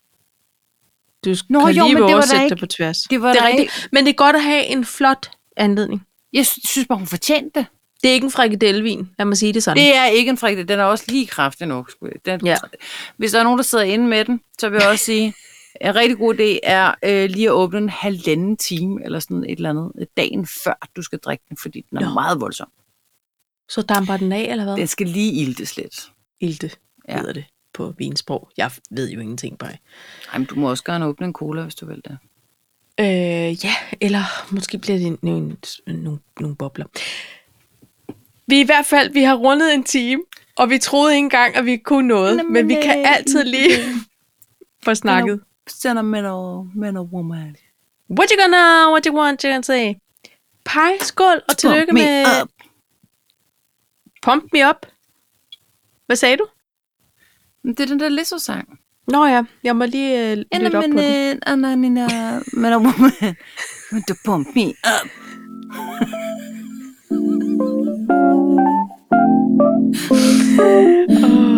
Du Nå, Nå, kan jo, lige men det var da våge at sætte ikke- det på tværs. det var det er da rigtigt. Men det er godt at have en flot anledning. Jeg sy- synes bare, hun fortjente det. Det er ikke en frikadellevin, lad mig sige det sådan. Det er ikke en frikadelle. Den er også lige kraftig nok. sgu. Den, Ja. Hvis der er nogen, der sidder inde med den, så vil jeg også sige, en rigtig god idé er øh, lige at åbne en halvanden time, eller sådan et eller andet, øh, dagen før du skal drikke den, fordi den er Nå. Nå. meget voldsom. Så damper den af, eller hvad? Den skal lige iltes lidt. Ilte Ja. hedder det på vinsprog. Jeg ved jo ingenting, Paj. Ej, men du må også gerne åbne en cola, hvis du vil det. Øh, ja, eller måske bliver det en- en- en- nogle, nogle bobler. Vi er i hvert fald, vi har rundet en time, og vi troede ikke engang, at vi kunne noget, Jamen, men vi kan øh, altid lige få snakket. Sentimental man or woman. What you gonna, what you want, you gonna say? Pej, skål, og tillykke Pump me med... up. Pump me up. Hvad sagde du? Men Det er den der Lizzo-sang. Nå ja, jeg må lige øh, In a lytte op på den. minute, and then in a man or woman, want to pump me up. øh, Åh,